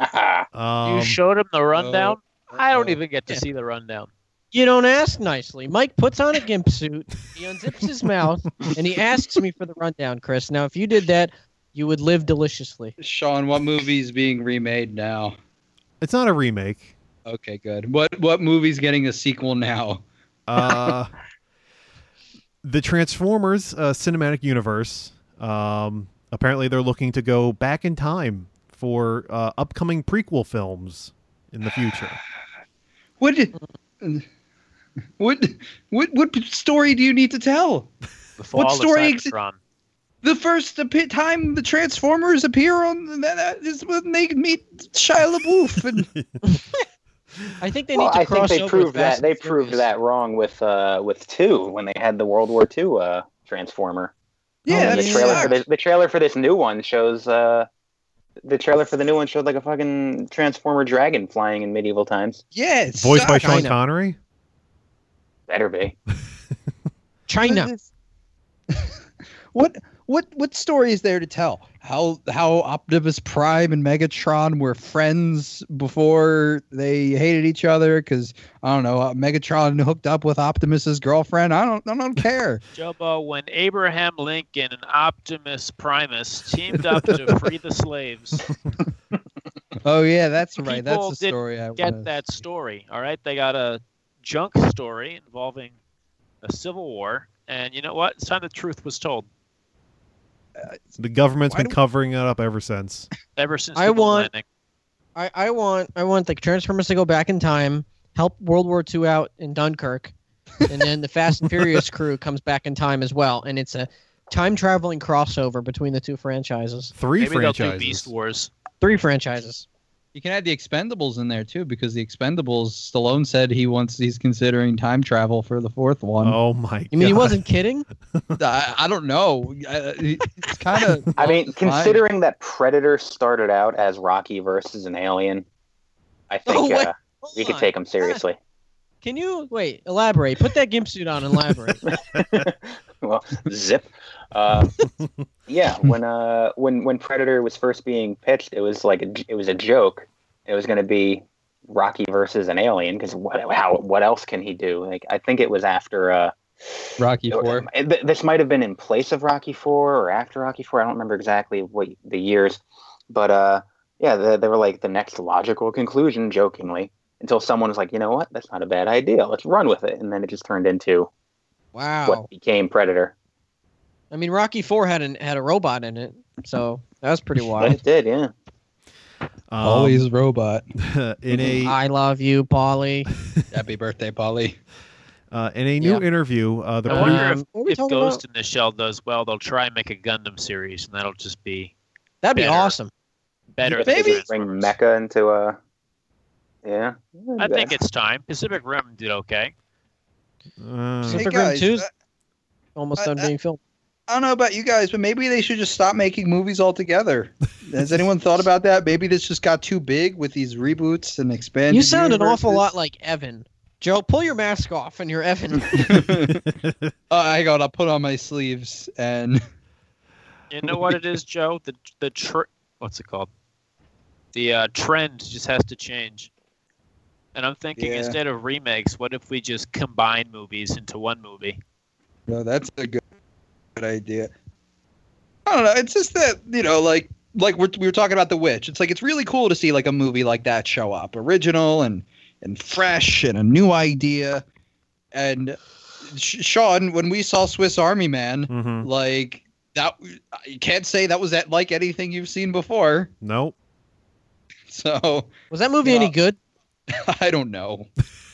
S3: Ah,
S2: Um,
S4: you showed him the rundown. I don't
S5: Uh-oh.
S4: even get to
S1: Yeah.
S4: see the rundown.
S1: You don't ask nicely. Mike puts on a gimp suit. He unzips his mouth and he asks me for the rundown, Chris. Now, if you did that, you would live deliciously.
S5: Sean, what movie is being remade now?
S2: it's not a remake.
S5: Okay, good. What what movie's getting a sequel now?
S2: Uh, the Transformers uh, cinematic universe. Um, apparently, they're looking to go back in time for uh, upcoming prequel films in the future.
S5: What what what what story do you need to tell?
S4: The fall
S5: story
S4: of
S5: exi-
S4: Cybertron.
S5: The first appe- time the Transformers appear on the- that- that is when they meet Shia LaBeouf, and
S1: I think they
S3: well,
S1: need to
S3: I think
S1: cross
S3: they
S1: over
S3: proved
S1: with Fast
S3: that they
S1: and
S3: proved
S1: Furious.
S3: that wrong with uh, with two when they had the World War II uh, Transformer.
S5: yeah,
S3: And
S5: that
S3: Oh, the trailer for
S5: sucked.
S3: this, the trailer for this new one shows uh, the trailer for the new one showed like a fucking transformer dragon flying in medieval times.
S5: yeah, it
S2: Voiced by
S5: sucked.
S2: Sean
S1: China.
S2: Connery.
S3: Better be.
S5: Mm-hmm.
S1: China.
S5: What what what story is there to tell? How how Optimus Prime and Megatron were friends before they hated each other because I don't know uh, Megatron hooked up with Optimus's girlfriend. I don't I don't care.
S4: Jumbo, when Abraham Lincoln and Optimus Primus teamed up to free the slaves,
S5: oh yeah, that's right.
S4: People
S5: That's the
S4: didn't
S5: story I wanna-
S4: get that story. All right, they got a junk story involving a civil war, and you know what? It's time the truth was told.
S2: The government's
S5: Why
S2: been
S5: do-
S2: covering it up ever since.
S4: Ever since
S1: I
S4: the moon
S1: want-
S4: landing.
S1: I, I want I want the Transformers to go back in time, help World War II out in Dunkirk, and then the Fast and Furious crew comes back in time as well, and it's a time traveling crossover between the two franchises,
S2: Three
S4: Maybe they'll do
S2: franchises.
S4: Beast Wars.
S1: three franchises.
S5: You can add the Expendables in there too because the Expendables. Stallone said he wants he's considering time travel for the fourth one.
S2: Oh my!
S1: You mean he
S2: God.
S1: wasn't kidding?
S5: I, I don't know. I- It's kind of.
S3: I mean, considering that Predator started out as Rocky versus an alien, I
S1: Oh,
S3: think
S1: wait,
S3: uh,
S1: Hold
S3: you could
S1: on.
S3: take him seriously.
S1: Can you wait? Elaborate. Put that gimp suit on. and Elaborate.
S3: well, zip. Uh, yeah, when uh, when when Predator was first being pitched, it was like a, j- it was a joke. It was going to be Rocky versus an alien because what how what else can he do? Like I think it was after uh,
S5: Rocky
S3: Or-
S5: Four.
S3: uh, th- This might have been in place of Rocky Four or after Rocky Four. I don't remember exactly what the years, but uh, yeah, they, they were like the next logical conclusion, jokingly, until someone was like, you know what, that's not a bad idea. Let's run with it, and then it just turned into
S1: wow.
S3: what became Predator.
S1: I mean, Rocky Four had an had a robot in it, so that was pretty
S3: But
S1: wild.
S3: it did, yeah.
S2: Um,
S5: Always robot.
S2: in a
S1: I love you, Polly.
S5: Happy birthday, Polly.
S2: Uh, in a new
S1: Yeah.
S2: interview, uh, the
S4: I
S1: Um,
S2: produ-
S4: wonder
S1: what are we
S4: if
S1: talking
S4: Ghost in the Shell does well, they'll try and make a Gundam series, and that'll just be
S1: That'd be
S4: Better.
S1: awesome.
S4: better.
S3: They
S4: than
S5: Maybe-
S3: just bring Mecha into a. Yeah,
S4: I think it's time. Pacific Rim did okay.
S2: uh,
S1: Pacific Rim
S5: guys,
S1: 2's
S5: I-
S1: Almost
S5: I-
S1: done
S5: I-
S1: being filmed.
S5: I don't know about you guys, but maybe they should just stop making movies altogether. Has anyone thought about that? Maybe this just got too big with these reboots and expansions.
S1: You sound an awful lot like Evan. Joe, pull your mask off and you're Evan.
S5: uh, hang on, I'll put on my sleeves and
S4: You know what it is, Joe? The the tr- what's it called? The uh, trend just has to change. And I'm thinking
S6: Yeah.
S4: instead of remakes, what if we just combine movies into one movie?
S6: No, that's a good, good idea. I don't know. It's just that you know, like like we're, we were talking about the witch. It's like it's really cool to see like a movie like that show up, original and and fresh and a new idea. And Sh- Sean, when we saw Swiss Army Man,
S2: Mm-hmm.
S6: like that, you can't say that was that like anything you've seen before.
S2: Nope.
S6: So
S1: Was that movie any
S6: Yeah.
S1: good?
S6: I don't know.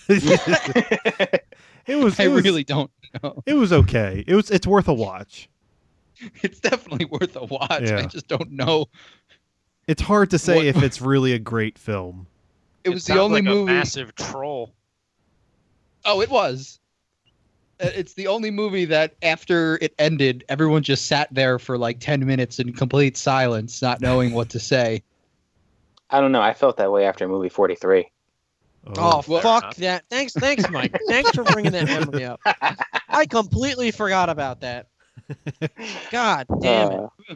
S2: it was.
S6: I
S2: It was,
S6: really don't.
S2: it was okay. It was. It's worth a watch.
S6: It's definitely worth a watch.
S2: Yeah.
S6: I just don't know.
S2: It's hard to say
S6: What-
S2: if it's really a great film.
S6: It was the
S4: sounds
S6: only
S4: like
S6: movie.
S4: A massive troll.
S6: Oh, it was. Uh, It's the only movie that after it ended, everyone just sat there for like 10 minutes in complete silence, not knowing what to say.
S3: I don't know. I felt that way after movie 43.
S1: Oh,
S6: well,
S1: fuck
S4: enough.
S1: that! Thanks, thanks, Mike. thanks for bringing that memory up. I completely forgot about that. God damn it!
S3: Uh,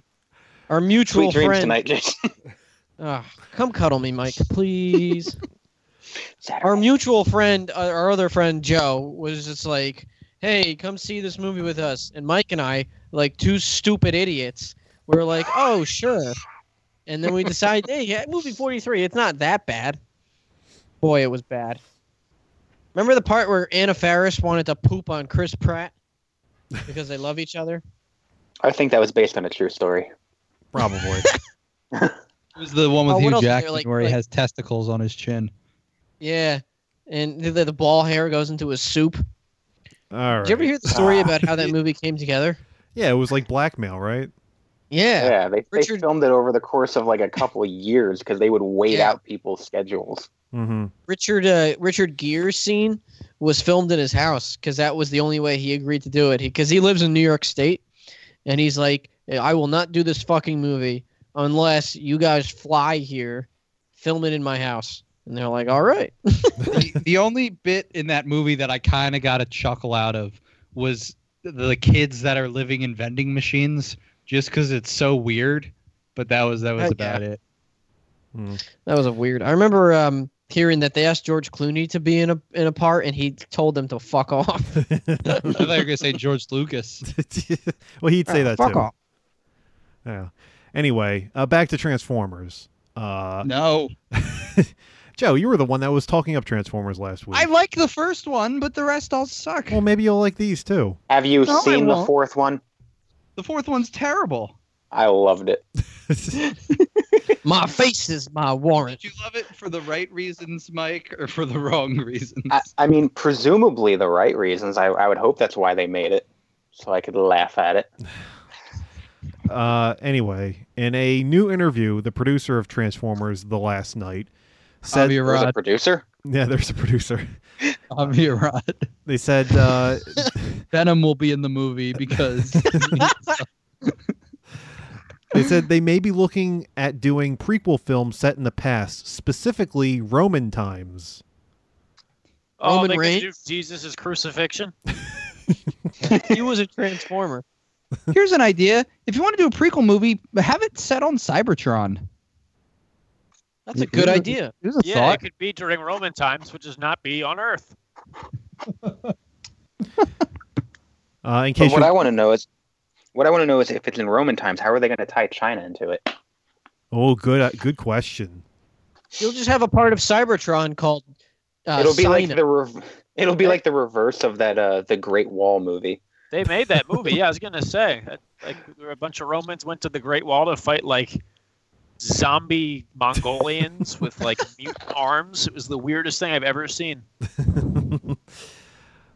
S1: Our mutual
S3: sweet dreams
S1: friend.
S3: tonight, Jason.
S1: Ugh, come cuddle me, Mike, please.
S3: Saturday.
S1: our mutual friend, uh, our other friend Joe, was just like, "Hey, come see this movie with us." And Mike and I, like two stupid idiots, were like, "Oh, sure." And then we decide, "Hey, yeah, movie forty-three. It's not that bad." Boy, it was bad. Remember the part where Anna Faris wanted to poop on Chris Pratt because they love each other?
S3: I think that was based on a true story.
S2: probably.
S5: It was the one with
S1: Oh, what
S5: Hugh
S1: else is there?
S5: Jackman
S1: Like-
S5: where he
S1: like-
S5: has testicles on his chin.
S1: Yeah. And the, the ball hair goes into his soup.
S2: All right.
S1: Did you ever hear the story about how that movie came together?
S2: yeah, it was like blackmail, right?
S1: Yeah.
S3: Yeah, they, they
S1: Richard-
S3: filmed it over the course of like a couple of years because they would wait
S1: Yeah.
S3: out people's schedules.
S2: Mm-hmm.
S1: Richard uh, Richard Gere's scene was filmed in his house because that was the only way he agreed to do it. Because he, lives in New York State, and he's like, "I will not do this fucking movie unless you guys fly here, film it in my house." And they're like, "All right."
S5: the, the only bit in that movie that I kind of got a chuckle out of was the kids that are living in vending machines just because it's so weird. But that was that was
S1: Oh,
S5: about it.
S1: That was a weird. I remember um, hearing that they asked George Clooney to be in a in a part, and he told them to fuck off.
S5: I thought you were gonna say George Lucas.
S2: well, he'd say that
S1: Uh, fuck
S2: too.
S1: off.
S2: Yeah. Anyway, uh, back to Transformers. Uh,
S5: No,
S2: Joe, you were the one that was talking up Transformers last week.
S5: I like the first one, but the rest all suck.
S2: well, maybe you'll like these too.
S3: Have you
S5: No, I
S3: seen the
S5: won't.
S3: fourth one?
S5: The fourth one's terrible.
S3: I loved it.
S1: My face is my warrant.
S5: Did you love it for the right reasons, Mike, or for the wrong reasons?
S3: I, I mean, presumably the right reasons. I, I would hope that's why they made it, so I could laugh at it.
S2: Uh, anyway, in a new interview, the producer of Transformers: The Last Night said,
S5: Avi
S3: There's a
S5: Arad.
S3: producer.
S2: "Yeah, there's a producer."
S5: Avi Arad.
S2: They said uh,
S5: Venom will be in the movie because
S2: they said they may be looking at doing prequel films set in the past, specifically Roman times.
S4: Oh,
S1: Roman
S4: they could
S1: Reigns?
S4: do Jesus' crucifixion.
S1: He was a transformer.
S5: Here's an idea. If you want to do a prequel movie, have it set on Cybertron.
S1: That's a good idea.
S5: Here's a
S4: Yeah, it
S5: thought.
S4: could be during Roman times, which is not be on Earth.
S2: Uh, in
S3: But
S2: case
S3: what
S2: you,
S3: I want to know is, what I want to know is if it's in Roman times, how are they going to tie China into it?
S2: oh, good, uh, good question.
S1: You'll just have a part of Cybertron called. Uh,
S3: it'll be like
S1: Sino.
S3: the re- it'll be like the reverse of that uh, the Great Wall movie.
S4: They made that movie. yeah, I was gonna say, that, like, there were a bunch of Romans went to the Great Wall to fight like zombie Mongolians with like mutant arms. It was the weirdest thing I've ever seen.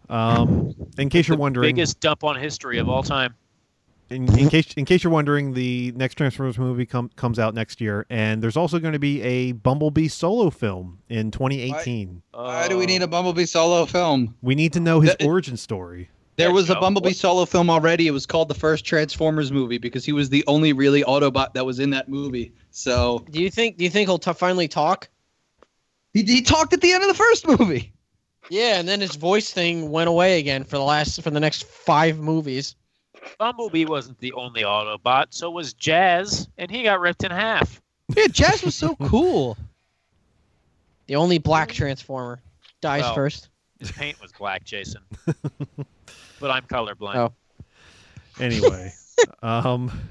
S2: Um, in case you're wondering,
S4: Biggest dump on history of all time.
S2: in, in case in case you're wondering, the next Transformers movie com- comes out next year, and there's also going to be a Bumblebee solo film in 2018.
S6: Why do
S4: Oh.
S6: we need a Bumblebee solo film?
S2: We need to know his
S5: That-
S2: origin story.
S5: There
S4: Yeah,
S5: was a
S4: Joe,
S5: Bumblebee
S4: what-
S5: solo film already. It was called the first Transformers movie because he was the only really Autobot that was in that movie. So
S1: Do you think? Do you think he'll t- finally talk?
S5: he, he talked at the end of the first movie.
S1: Yeah, and then his voice thing went away again for the last for the next five movies.
S4: Bumblebee wasn't the only Autobot, so was Jazz, and he got ripped in half.
S5: Yeah, Jazz was so cool.
S1: The only black Transformer dies
S4: Well.
S1: first.
S4: His paint was black, Jason. but I'm colorblind.
S1: Oh.
S2: Anyway, um,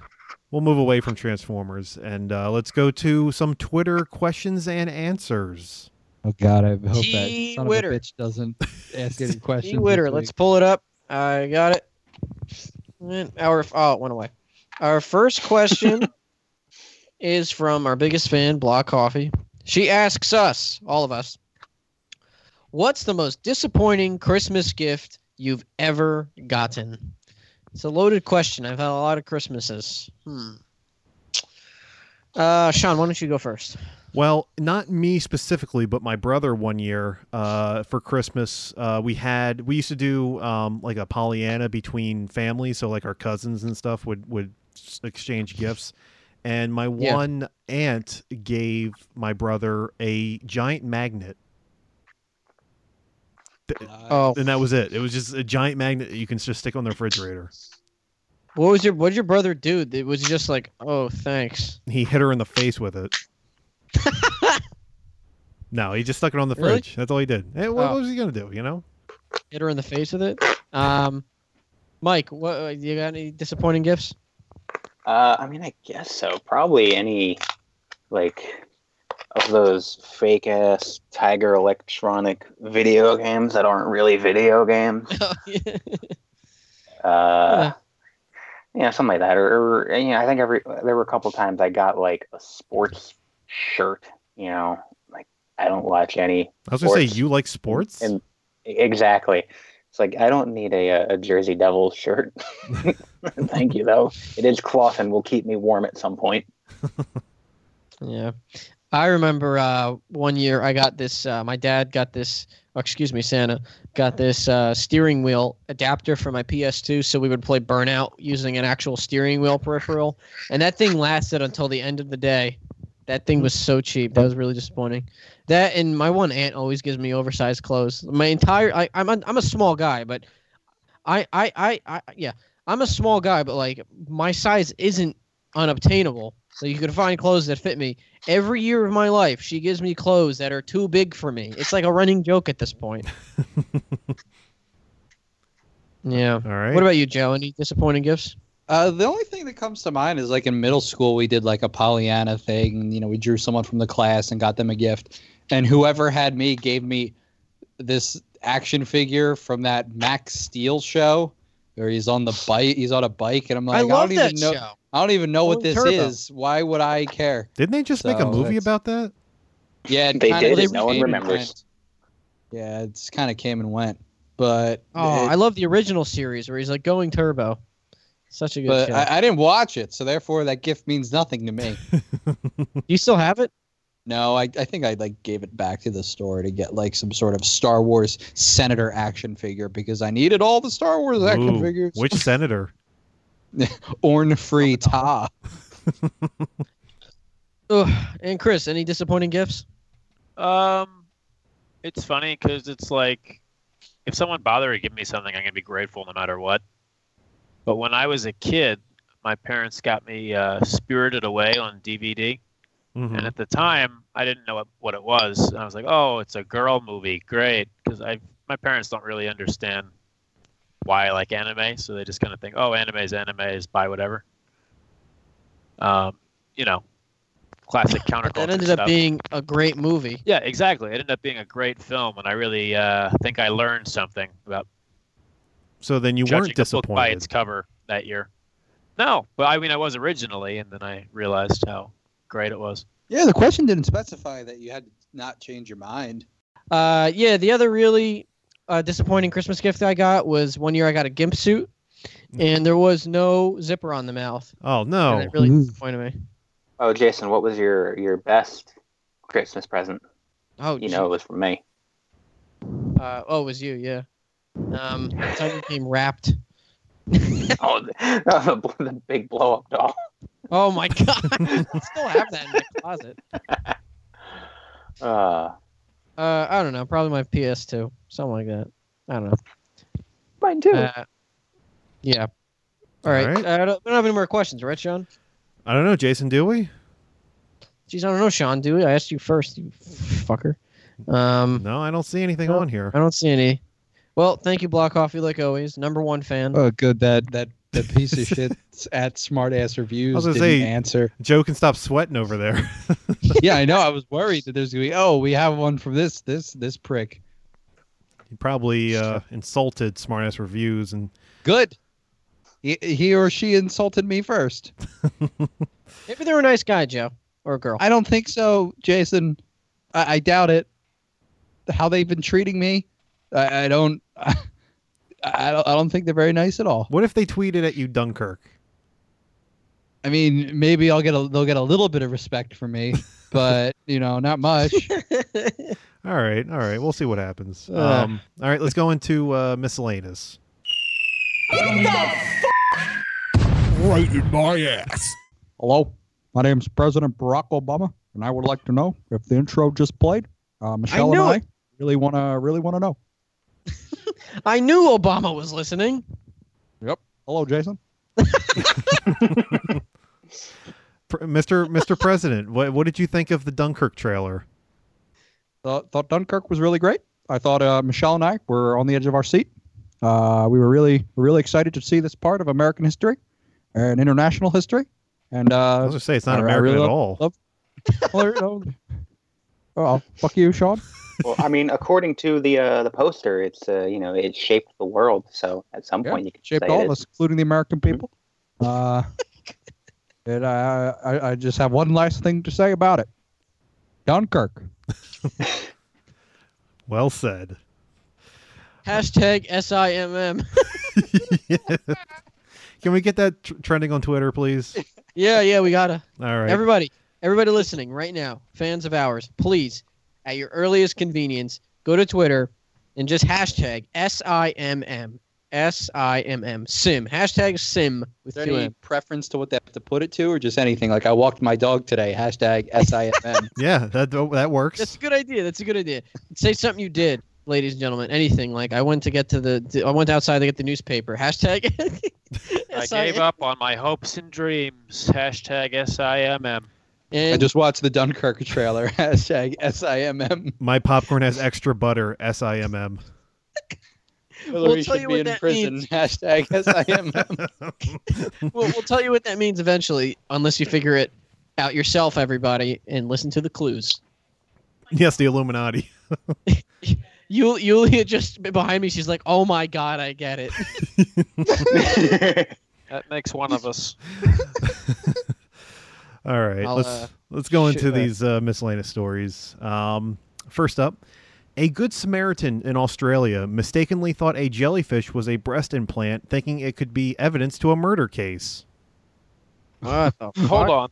S2: we'll move away from Transformers and uh, let's go to some Twitter questions and answers.
S5: Oh God, I hope
S1: Gee
S5: that son
S1: whitter.
S5: of a bitch doesn't ask any questions.
S1: Gee Witter,
S5: this
S1: let's
S5: week.
S1: pull it up. I got it. And Our oh, it went away. Our first question is from our biggest fan, Block Coffee. She asks us, all of us, what's the most disappointing Christmas gift you've ever gotten? It's a loaded question. I've had a lot of Christmases. Hmm. Uh, Sean, why don't you go first?
S2: Well, not me specifically, but my brother one year uh, for Christmas, uh, we had we used to do um, like a Pollyanna between families, so like our cousins and stuff would would s- exchange gifts. And my
S1: Yeah.
S2: one aunt gave my brother a giant magnet,
S5: Uh,
S1: Oh,
S2: and that was it. It was just a giant magnet that you can just stick on the refrigerator.
S1: what was your what did your brother do? It was he just like, oh, thanks.
S2: He hit her in the face with it. no, he just stuck it on the
S1: Really?
S2: fridge. That's all he did. Eh, what,
S1: Oh.
S2: what was he gonna do? You know?
S1: hit her in the face with it. Um, Mike, what you got? Any disappointing gifts?
S3: Uh, I mean, I guess so. Probably any like of those fake ass Tiger Electronic video games that aren't really video games. Uh, yeah. something like that. Or, or you know, I think every there were a couple times I got like a sports shirt. You know, like I don't watch any
S2: I was gonna say
S3: Sports.
S2: you like sports.
S3: And- exactly. It's like I don't need a uh, a Jersey Devil shirt. Thank you though. It is cloth and will keep me warm at some point.
S1: yeah, I remember uh, one year I got this. Uh, my dad got this. oh, excuse me, Santa got this uh, steering wheel adapter for my PS2, so we would play Burnout using an actual steering wheel peripheral, and that thing lasted until the end of the day. That thing was so cheap. That was really disappointing. That and my one aunt always gives me oversized clothes. My entire I, I'm a, I'm a small guy, but I, I I I yeah I'm a small guy, but like my size isn't unobtainable. So you can find clothes that fit me. Every year of my life, she gives me clothes that are too big for me. It's like a running joke at this point. yeah.
S2: all right.
S1: What about you, Joe? Any disappointing gifts?
S5: Uh, the only thing that comes to mind is like in middle school, we did like a Pollyanna thing. You know, we drew someone from the class and got them a gift. And whoever had me gave me this action figure from that Max Steel show where he's on the bike. He's on a bike. And I'm like, I,
S1: I love
S5: don't
S1: that
S5: even know.
S1: show.
S5: I don't even know what
S1: Holy
S5: this
S1: Turbo.
S5: is. Why would I care?
S2: Didn't they just make a
S5: So
S2: movie
S5: that's-
S2: about that?
S5: Yeah, it
S3: They
S5: kinda
S3: did,
S5: just
S3: no one
S5: came and
S3: remembers.
S5: went. Yeah, it's kind of came and went, but
S1: Oh,
S5: it-
S1: I love the original series where he's like going turbo. Such a good
S5: but
S1: show.
S5: I, I didn't watch it, so therefore that gift means nothing to me.
S1: you still have it?
S5: No, I, I think I like gave it back to the store to get like some sort of Star Wars senator action figure because I needed all the Star Wars action
S2: Ooh,
S5: figures.
S2: Which senator?
S5: Orn free ta.
S1: Ugh. And Chris, any disappointing gifts?
S6: Oh.
S4: Um, it's funny because it's like if someone bothered to give me something, I'm gonna be grateful no matter what. But when I was a kid, my parents got me uh, Spirited Away on DVD,
S2: Mhm.
S1: Hmm.
S4: and at the time, I didn't know what, what it was. And I was like, "Oh, it's a girl movie, great!" Because I my parents don't really understand why I like anime, so they just kind of think, "Oh, anime is anime, is buy whatever." Um, you know, classic
S1: But
S4: counterculture.
S1: that ended up
S4: stuff.
S1: being a great movie.
S4: Yeah, exactly. It ended up being a great film, and I really uh, think I learned something about
S2: So then you
S4: judging
S2: weren't
S4: a book by its
S2: disappointed.
S4: cover that year. No, but I mean, I was originally, and then I realized how great it was.
S5: Yeah, the question didn't specify that you had to not change your mind.
S1: Uh, yeah, the other really uh, disappointing Christmas gift I got was one year I got a gimp suit,
S2: Mm.
S1: and there was no zipper on the mouth.
S2: Oh
S1: And
S2: no!
S1: it really
S5: Ooh.
S1: disappointed me.
S3: Oh, Jason, what was your your best Christmas present?
S1: Oh,
S3: You know, it was from me.
S1: gee. Uh, oh, it was you, yeah. Um, something came wrapped.
S3: Oh, the, no, the, bl- the big blow up doll.
S1: Oh my god, I still have that in my closet.
S3: Uh,
S1: Uh, I don't know, probably my PS2, something like that. I don't know.
S3: mine too.
S1: Uh, yeah. All right.
S2: All right.
S1: I don't, we don't have any more questions, right, Sean?
S2: I don't know, Jason. Do we?
S1: Jeez, I don't know, Sean. Do we? I asked you first, you fucker. Um,
S2: No, I don't see anything
S1: No.
S2: on here.
S1: I don't see any. Well, thank you, Block Coffee, like always. Number one fan.
S5: Oh, good. That that that piece of shit at smartass reviews
S2: gonna
S5: didn't
S2: say-
S5: answer.
S2: Joe can stop sweating over there.
S5: yeah, I know. I was worried that there's gonna be. Oh, we have one from this this this prick.
S2: he probably uh, insulted smartass reviews and
S5: Good. He, he or she insulted me first.
S1: Maybe they were a nice guy, Joe or a girl.
S5: I don't think so, Jason. I, I doubt it. How they've been treating me, I, I don't. I, I don't. I don't think they're very nice at all.
S2: what if they tweeted at you Dunkirk?
S5: I mean, maybe I'll get a. They'll get a little bit of respect from me, but you know, not much.
S2: All right, all right. We'll see what happens.
S5: Uh.
S2: Um, all right, let's go into uh, miscellaneous.
S5: Hello, my name is President Barack Obama, and I would like to know if the intro just played. Uh, Michelle and
S1: know
S5: I
S1: it.
S5: really want to really want to know.
S1: I knew Obama was listening.
S5: Hello, Jason.
S2: Pr- Mr. Mr. President, what what did you think of the Dunkirk trailer?
S5: Thought, thought Dunkirk was really great. I thought uh, Michelle and I were on the edge of our seat. Uh, we were really really excited to see this part of American history and international history. And
S2: I
S5: uh,
S2: was gonna say it's not
S5: I- I
S2: American
S5: really
S2: at
S5: love-
S2: all.
S5: love- oh, oh, fuck you, Sean.
S3: well, I mean, according to the uh, the poster, it's uh, you know it shaped the world. So at some
S5: Yeah,
S3: point, you could
S5: shaped
S3: say
S5: all
S3: it Mm-hmm.
S5: of
S3: is.
S5: us, including the American people. Uh, and I, I, I just have one last thing to say about it. Dunkirk.
S2: well said.
S1: Hashtag S I M M.
S2: Can we get that tr- trending on Twitter, please?
S1: Yeah, yeah, we gotta.
S2: All right.
S1: Everybody, everybody listening right now, fans of ours, please, at your earliest convenience, go to Twitter and just hashtag S I M M S I M M Sim hashtag Sim with
S5: Is there
S1: two
S5: any
S1: M.
S5: preference to what they have to put it to, or just anything? Like I walked my dog today. Hashtag SIFM.
S2: yeah, that that works.
S1: That's a good idea. That's a good idea. Say something you did, ladies and gentlemen. Anything like I went to get to the, to- I went outside to get the newspaper. Hashtag.
S4: I
S1: S I M
S4: gave up on my hopes and dreams. Hashtag SIMM.
S5: I
S1: And
S5: just watched the Dunkirk trailer. Hashtag SIMM.
S2: My popcorn has extra butter. S I M M.
S5: Hillary
S1: tell you
S5: should
S1: what
S5: be in
S1: that
S5: prison.
S1: means.
S5: Hashtag SIMM.
S1: we'll, we'll tell you what that means eventually, unless you figure it out yourself, everybody, and listen to the clues.
S2: Yes, the Illuminati.
S1: Yul- Yulia just behind me. She's like, "Oh my god, I get it."
S4: That makes one of us.
S2: All right,
S1: I'll,
S2: let's
S1: uh,
S2: let's go into
S1: shoot that.
S2: these uh, miscellaneous stories. Um, first up, a good Samaritan in Australia mistakenly thought a jellyfish was a breast implant, thinking it could be evidence to a murder case.
S4: Hold on.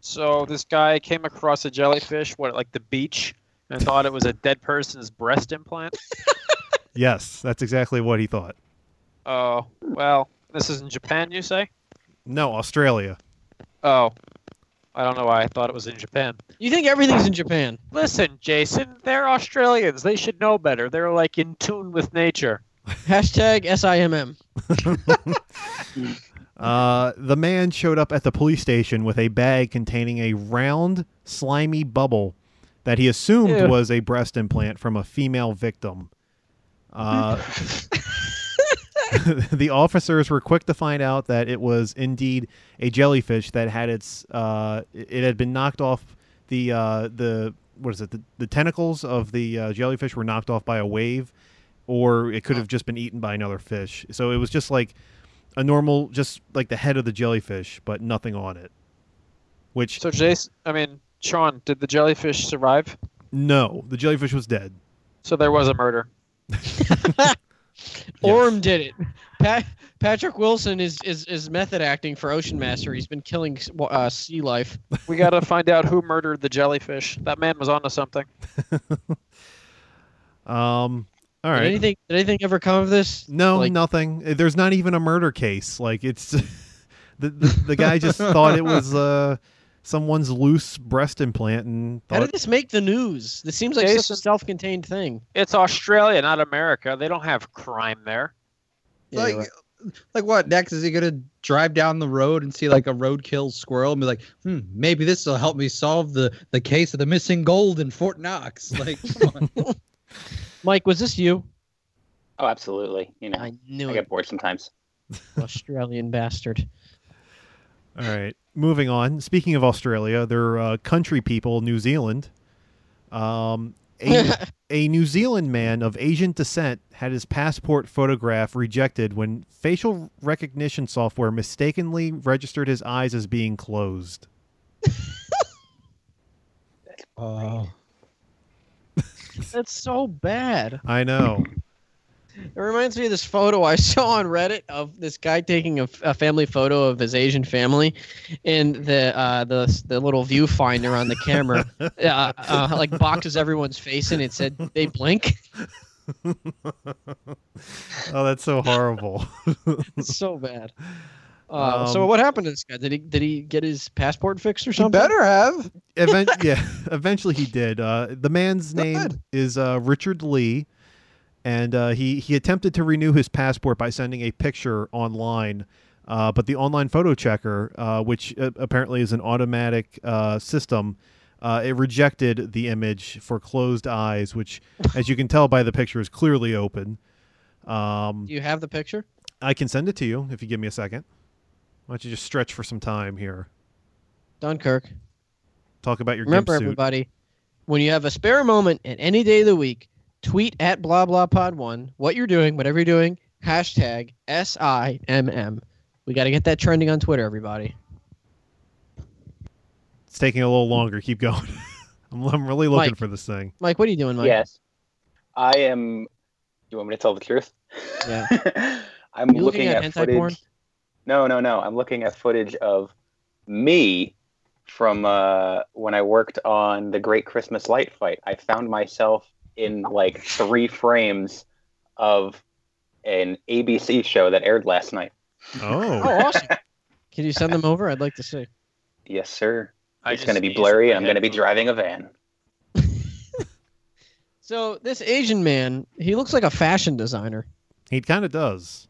S4: So this guy came across a jellyfish, what, like the beach, and thought it was a dead person's breast implant?
S2: Yes, that's exactly what he thought.
S4: Oh, well, this is in Japan, you say?
S2: No, Australia.
S4: Oh, I don't know why I thought it was in Japan.
S1: You think everything's in Japan?
S4: Listen, Jason, they're Australians. They should know better. They're like in tune with nature.
S1: Hashtag SIMM.
S2: Uh, the man showed up at the police station with a bag containing a round, slimy bubble that he assumed
S4: Ew.
S2: was a breast implant from a female victim. Uh, the officers were quick to find out that it was indeed a jellyfish that had its uh, it had been knocked off the uh, the what is it the, the tentacles of the uh, jellyfish were knocked off by a wave, or it could have just been eaten by another fish. So it was just like a normal, just like the head of the jellyfish, but nothing on it. Which
S4: So, Jason, I mean, Sean, did the jellyfish survive?
S2: no, the jellyfish was dead.
S4: So there was a murder.
S1: Orm did it. Pat- Patrick Wilson is, is is method acting for Ocean Master. He's been killing uh, sea life.
S4: We got to find out who murdered the jellyfish. That man was onto something.
S2: Um,
S1: Did
S2: all right.
S1: anything did anything ever come of this?
S2: No,
S1: Like-
S2: nothing. There's not even a murder case. Like it's the, the the guy just thought it was uh someone's loose breast implant and
S1: How did
S2: thought
S1: this make the news? This seems like such a
S4: Jason-
S1: self-contained thing.
S4: It's Australia, not America. They don't have crime there.
S1: Yeah,
S5: like,
S1: you're right.
S5: like what next? Is he gonna drive down the road and see like a roadkill squirrel and be like, hmm, maybe this will help me solve the the case of the missing gold in Fort Knox? Like, come on.
S1: Mike, was this you?
S3: Oh, absolutely. You know, I,
S1: I knew
S3: get
S1: it.
S3: bored sometimes.
S1: Australian bastard.
S2: All right. Moving on. Speaking of Australia, they're uh, country people, New Zealand. Um, a, a New Zealand man of Asian descent had his passport photograph rejected when facial recognition software mistakenly registered his eyes as being closed.
S5: Oh.
S1: That's so bad.
S2: I know.
S1: It reminds me of this photo I saw on Reddit of this guy taking a, f- a family photo of his Asian family, and the uh, the the little viewfinder on the camera uh, uh, like boxes everyone's face, and it said they blink.
S2: oh, that's so horrible.
S1: It's so bad. Uh, so
S2: Um,
S1: what happened to this guy? Did he did he get his passport fixed or
S5: You
S1: something?
S5: better have.
S2: Even- yeah, eventually he did. Uh, the man's
S5: Not
S2: name
S5: bad.
S2: is uh, Richard Lee, and uh, he he attempted to renew his passport by sending a picture online. Uh, but the online photo checker, uh, which uh, apparently is an automatic uh, system, uh, it rejected the image for closed eyes, which, as you can tell by the picture, is clearly open. Um,
S1: Do you have the picture?
S2: I can send it to you if you give me a second. Why don't you just stretch for some time here?
S1: Dunkirk.
S2: Talk about your
S1: Remember,
S2: gimp suit.
S1: everybody, when you have a spare moment at any day of the week, tweet at blah blah pod one what you're doing, whatever you're doing, hashtag S I M M. We got to get that trending on Twitter, everybody.
S2: It's taking a little longer. Keep going. I'm, I'm really looking
S1: Mike.
S2: for this thing.
S1: Mike, what are you doing, Mike?
S3: Yes. I am. You want me to tell the truth?
S1: Yeah.
S3: I'm
S1: You looking
S3: looking,
S1: at hentai
S3: at, footage.
S1: porn?
S3: No, no, no. I'm looking at footage of me from uh, when I worked on the Great Christmas Light Fight. I found myself in like three frames of an ABC show that aired last night.
S1: Oh,
S2: Oh,
S1: awesome. Can you send them over? I'd like to see.
S3: Yes, sir.
S4: I
S3: it's
S4: just
S3: going to be
S4: sneezed
S3: blurry,
S4: in
S3: and
S4: my
S3: I'm going to be
S4: headphones.
S3: driving a van.
S1: So this Asian man, he looks like a fashion designer,
S2: he kind of does.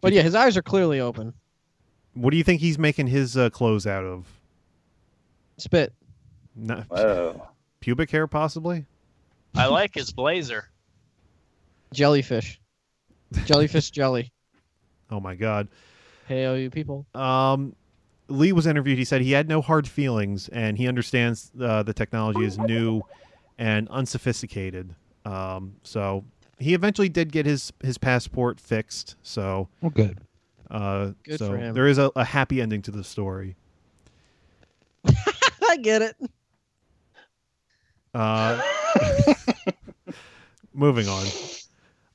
S1: but yeah, his eyes are clearly open.
S2: What do you think he's making his uh, clothes out of?
S1: Spit.
S2: Not,
S3: Whoa.
S2: pubic hair, possibly.
S4: I like his blazer.
S1: Jellyfish. Jellyfish jelly.
S2: Oh my God.
S1: Hey, all you people.
S2: Um, Lee was interviewed. He said he had no hard feelings, and he understands uh, the technology is new and unsophisticated. Um, so he eventually did get his his passport fixed. So
S5: Well, good.
S2: uh,
S1: Good
S2: so
S1: for him.
S2: there is a, a happy ending to the story.
S1: I get it.
S2: Uh, moving on.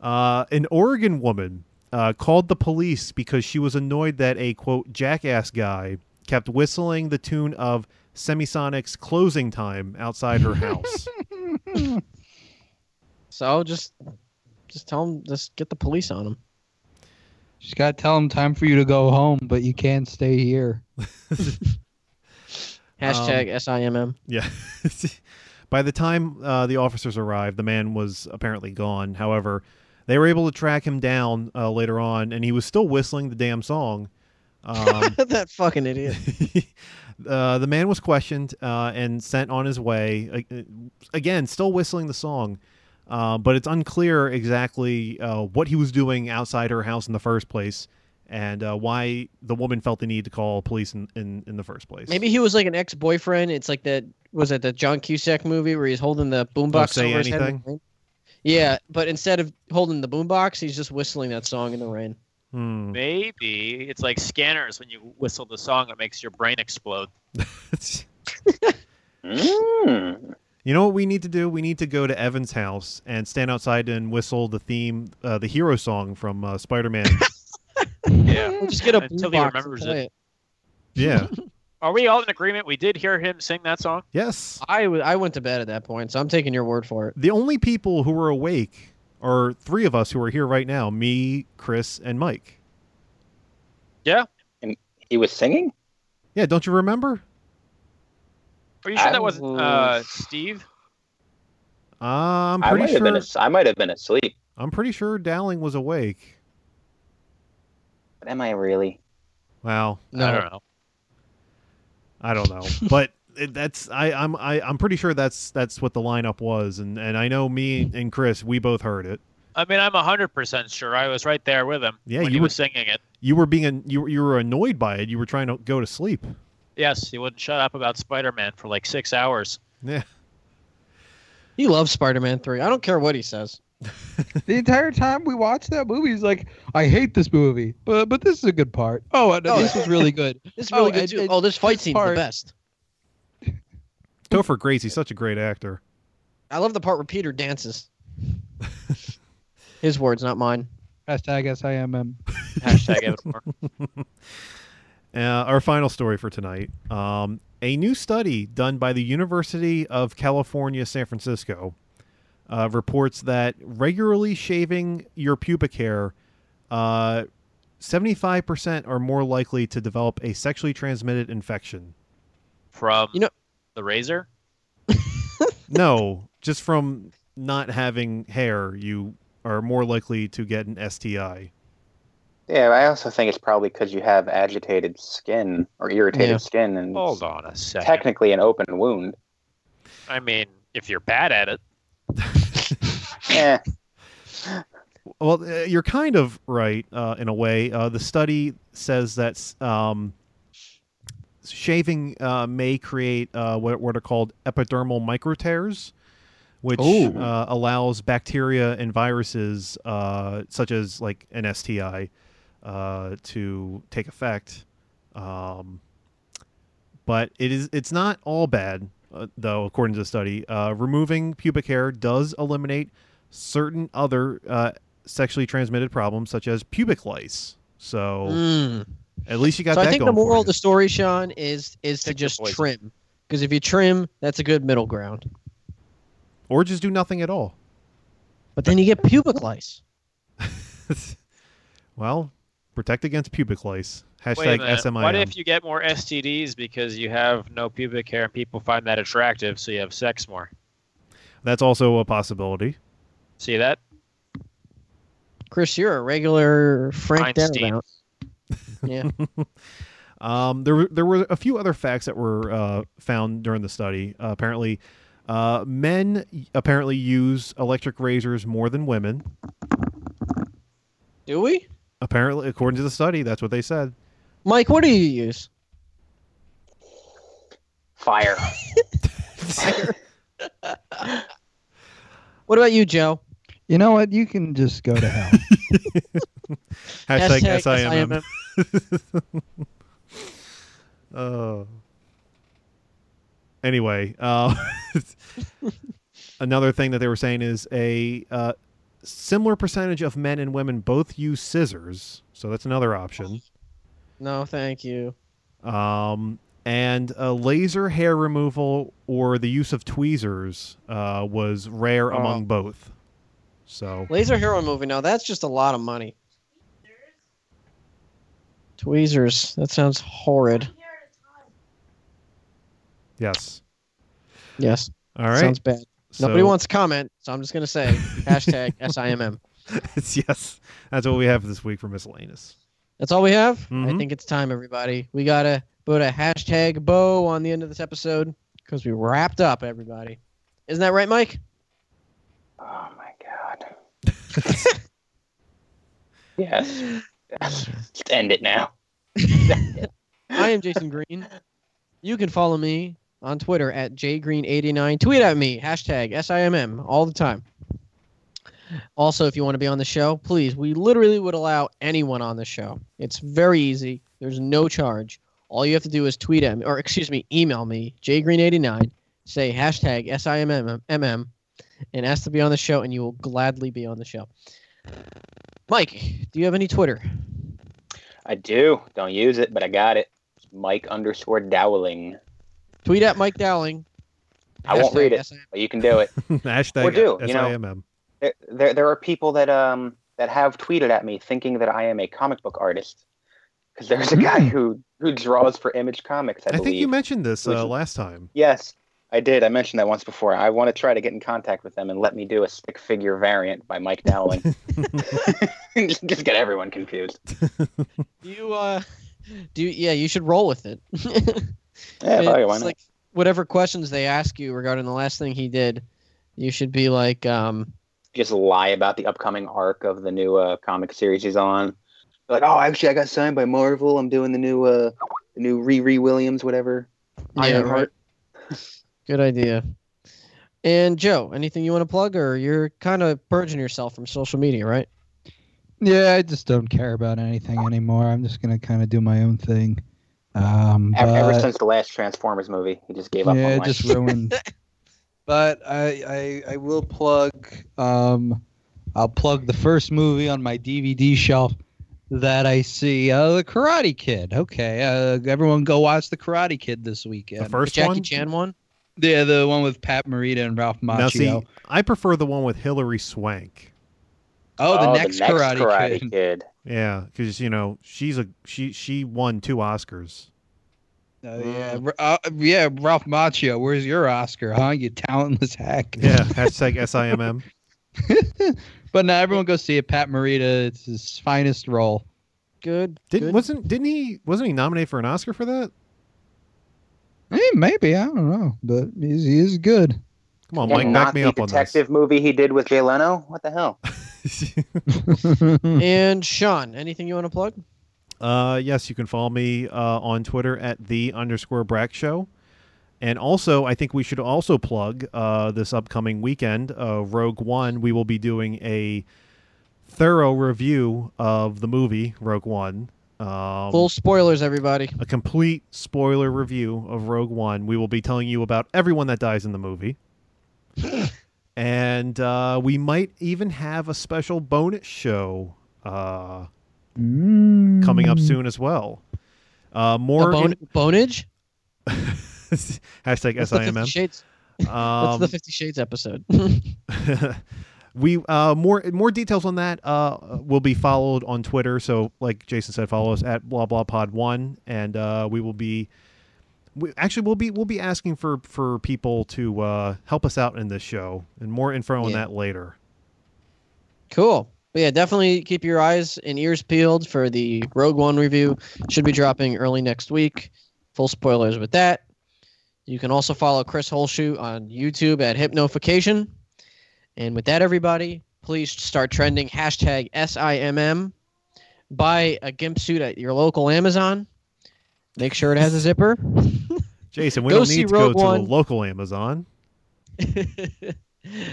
S2: Uh, an Oregon woman uh, called the police because she was annoyed that a quote jackass guy kept whistling the tune of Semisonic's closing time outside her house.
S1: So just, just tell him. Just get the police on him.
S5: Just gotta tell him time for you to go home, but you can't stay here.
S1: Hashtag S I M M.
S2: yeah. By the time uh, the officers arrived, the man was apparently gone. However, they were able to track him down uh, later on, and he was still whistling the damn song. Um,
S1: that fucking idiot.
S2: uh, the man was questioned uh, and sent on his way. A- Again, still whistling the song, uh, but it's unclear exactly uh, what he was doing outside her house in the first place and uh, why the woman felt the need to call police in, in, in the first place.
S1: Maybe he was like an ex boyfriend. It's like that. Was it the John Cusack movie where he's holding the boombox?
S2: Say
S1: over his head in the
S2: Anything?
S1: rain? Yeah, but instead of holding the boombox, he's just whistling that song in the rain.
S2: Hmm.
S4: Maybe it's like scanners when you whistle the song, it makes your brain explode.
S3: Mm.
S2: you know what we need to do? We need to go to Evan's house and stand outside and whistle the theme, uh, the hero song from uh, Spider Man.
S4: Yeah.
S1: Just get a
S4: Until
S1: boombox.
S4: he
S1: and
S4: remembers
S1: play it.
S2: yeah.
S4: Are we all in agreement? We did hear him sing that song.
S2: Yes.
S1: I, w- I went to bed at that point, so I'm taking your word for it.
S2: the only people who were awake are three of us who are here right now me chris and mike
S3: He was singing?
S2: yeah don't you remember
S4: Are you sure
S3: I
S4: that wasn't uh, Steve?
S2: i'm
S3: I might
S2: pretty
S3: have been.
S2: sure
S3: As- I might have been asleep.
S2: i'm pretty sure dowling was awake
S3: But am I really?
S2: Wow.
S4: I
S1: No,
S4: don't know.
S2: I don't know, but it, that's I I'm I, I'm pretty sure that's that's what the lineup was, and and I know me and Chris we both heard it.
S4: I mean, I'm 100% sure I was right there with him
S2: Yeah,
S4: when
S2: you
S4: he
S2: were-
S4: was singing it.
S2: You were being an- you were- you were annoyed by it. You were trying to go to sleep.
S4: Yes, he wouldn't shut up about Spider Man for like six hours.
S2: Yeah.
S1: he loves Spider-Man three. I don't care what he says.
S5: The entire time we watched that movie, he's like, "I hate this movie, but but this is a good part. Oh, and
S1: Oh,
S5: this was really good.
S1: This is
S5: Oh,
S1: really good
S5: and-
S1: too.
S5: and
S1: oh, this fight
S5: this
S1: scene's the
S5: part-
S1: best.
S2: Topher Grace, he's such a great actor.
S1: I love the part where Peter dances. His words, not mine.
S5: Hashtag SIMM.
S4: Hashtag Evan Moore.
S2: Uh, our final story for tonight. Um, a new study done by the University of California, San Francisco, uh, reports that regularly shaving your pubic hair, uh, 75% are more likely to develop a sexually transmitted infection.
S4: from
S1: You know-
S4: the razor.
S2: no, just from not having hair, you are more likely to get an STI.
S3: Yeah, I also think it's probably because you have agitated skin or irritated
S1: Yeah.
S3: skin, and
S4: Hold
S3: it's
S4: on a second.
S3: technically an open wound.
S4: I mean, if you're bad at it,
S3: Yeah,
S2: Well, uh, you're kind of right uh, in a way. Uh, the study says that um, shaving uh, may create uh, what, what are called epidermal micro tears, which
S5: Ooh.
S2: uh, allows bacteria and viruses, uh, such as like an STI, uh, to take effect. Um, but it is it's not all bad, uh, though. According to the study, uh, removing pubic hair does eliminate certain other uh, sexually transmitted problems, such as pubic lice. So
S1: Mm.
S2: at least you got
S1: So
S2: that
S1: I think the
S2: going for
S1: moral
S2: you.
S1: of the story, Sean, is is to
S4: Pick your
S1: just
S4: poison.
S1: trim. Because if you trim, that's a good middle ground.
S2: or just do nothing at all.
S1: But then you get pubic lice.
S2: well, protect against pubic lice.
S4: wait a
S2: Hashtag
S4: minute.
S2: SMIM.
S4: What if you get more STDs because you have no pubic hair and people find that attractive, so you have sex more?
S2: That's also a possibility.
S4: See that?
S1: Chris, you're a regular Frank Darabont.
S4: Einstein.
S1: Yeah.
S2: Um, there, were- there were a few other facts that were uh, found during the study. Uh, apparently, uh, men apparently use electric razors more than women.
S1: Do we?
S2: Apparently, according to the study, that's what they said.
S1: Mike, what do you use?
S3: fire.
S1: What about you, Joe?
S5: You know what? You can just go to hell.
S2: Hashtag, SIMM.
S1: SIMM.
S2: Uh, anyway, uh, another thing that they were saying is a uh, similar percentage of men and women both use scissors, so that's another option.
S1: No, thank you.
S2: Um, and uh, laser hair removal or the use of tweezers uh, was rare among both. So
S1: Laser Hero movie. Now that's just a lot of money. Tweezers. That sounds horrid.
S2: yes,
S1: Yes.
S2: all right.
S1: Sounds bad.
S2: So-
S1: Nobody wants to comment, so I'm just gonna say hashtag SIMM.
S2: yes, that's what we have this week for miscellaneous.
S1: That's all we have. I
S2: Mhm.
S1: think it's time, everybody. We gotta put a hashtag bow on the end of this episode because we wrapped up, everybody. Isn't that right, Mike?
S3: Oh my god. yes. Just end it now.
S1: I am Jason Green. You can follow me on Twitter at jgreen89. Tweet at me, hashtag SIMM, all the time. Also, if you want to be on the show, please, we literally would allow anyone on the show. It's very easy, there's no charge. All you have to do is tweet at me, or excuse me, email me, jgreen89, say hashtag SIMMM, and ask to be on the show, and you will gladly be on the show. Mike, do you have any Twitter?
S3: I do. Don't use it, but I got it. It's Mike underscore Dowling.
S1: Tweet at Mike Dowling.
S3: I won't
S1: Hashtag
S3: read it.
S1: SIMM.
S3: But you can do it.
S2: Hashtag
S3: Or do, you know.
S2: SIMM.
S3: There, there, there are people that um that have tweeted at me thinking that I am a comic book artist because
S4: Hmm.
S3: there's a guy who who draws for Image Comics. I,
S2: I
S3: believe.
S2: think you mentioned this
S3: Which-
S2: uh, last time.
S3: yes, I did. I mentioned that once before. I want to try to get in contact with them and let me do a stick figure variant by Mike Dowling. just just get everyone confused.
S1: You uh, do yeah. You should roll with it.
S3: Yeah, probably, why
S1: It's
S3: not?
S1: like whatever questions they ask you regarding the last thing he did, you should be like, um,
S3: just lie about the upcoming arc of the new uh, comic series he's on. Like, oh, actually, I got signed by Marvel. I'm doing the new, uh, the new Riri Williams, whatever.
S1: yeah,
S3: Ironheart.
S1: right. Good idea. And Joe, anything you want to plug, or you're kind of purging yourself from social media, right?
S5: Yeah, I just don't care about anything anymore. I'm just gonna kind of do my own thing. Um,
S3: Ever, E-, ever
S5: but-
S3: since the last Transformers movie, he just gave up
S5: yeah,
S3: on
S5: it
S3: life.
S5: just ruined. but I, I I will plug um I'll plug the first movie on my DVD shelf that I see uh, the Karate Kid. Okay, uh, everyone go watch the Karate Kid this weekend.
S2: The first
S1: Jackie
S2: one.
S1: Chan one.
S5: yeah, the one with Pat Morita and Ralph Macchio.
S2: now see, I prefer the one with Hilary Swank.
S5: oh, the, next, Karate, Kid.
S2: Yeah, because you know she's a she she won two Oscars.
S5: Oh, yeah, R- uh, yeah, Ralph Macchio. Where's your Oscar, huh? You talentless hack.
S2: Yeah, hashtag SIMM.
S5: But now everyone go see it. Pat Morita, it's his finest role.
S1: Good.
S2: Didn't
S1: good.
S2: wasn't didn't he wasn't he nominated for an Oscar for that?
S5: Eh, maybe I don't know, but he's, he is good.
S2: Come on,
S3: And
S2: Mike,
S3: not
S2: back me
S3: the
S2: up on
S3: detective movie he did with Jay Leno. What the hell?
S2: this.
S1: And Sean, anything you want to plug?
S2: uh, yes, you can follow me uh, on Twitter at the underscore Brack Show. And also, I think we should also plug uh, this upcoming weekend, uh, Rogue One. We will be doing a thorough review of the movie Rogue One. Um,
S1: Full spoilers, everybody.
S2: a complete spoiler review of Rogue One. We will be telling you about everyone that dies in the movie. and uh, we might even have a special bonus show uh, coming
S1: Mm-hmm.
S2: up soon as well. Uh,
S1: A
S2: more
S1: bone-
S2: in-
S1: bonage.
S2: hashtag
S1: That's the Fifty
S2: SIMM.
S1: Shades. That's
S2: Um,
S1: the Fifty Shades episode.
S2: we uh, more more details on that uh, will be followed on Twitter. So, like Jason said, follow us at blah blah pod one, and uh, we will be we, actually we'll be we'll be asking for for people to uh, help us out in this show, and more info on
S1: Yeah.
S2: that later.
S1: Cool. But yeah, definitely keep your eyes and ears peeled for the Rogue One review. Should be dropping early next week. Full spoilers with that. You can also follow Chris Holshoe on YouTube at Hypnofication. And with that, everybody, please start trending hashtag SIMM. Buy a GIMP suit at your local Amazon. Make sure it has a zipper.
S2: Jason, we
S1: Go
S2: don't
S1: see
S2: need to
S1: Rogue
S2: go to
S1: One.
S2: the local Amazon.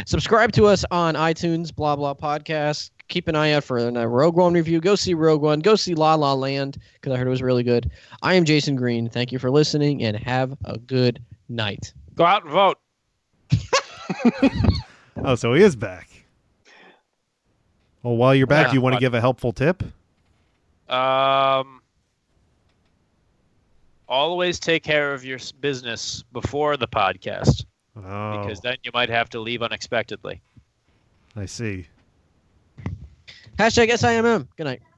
S1: Subscribe to us on iTunes, blah blah podcast. Keep an eye out for a Rogue One review. Go see Rogue One. Go see La La Land because I heard it was really good. I am Jason Green. Thank you for listening and have a good night.
S4: Go out and vote.
S2: Oh, so he is back. Well, while you're back,
S4: Yeah.
S2: do you want to give a helpful tip?
S4: Um, always take care of your s- business before the podcast
S2: Oh,
S4: because then you might have to leave unexpectedly.
S2: I see.
S1: Hashtag SIMM. Good night.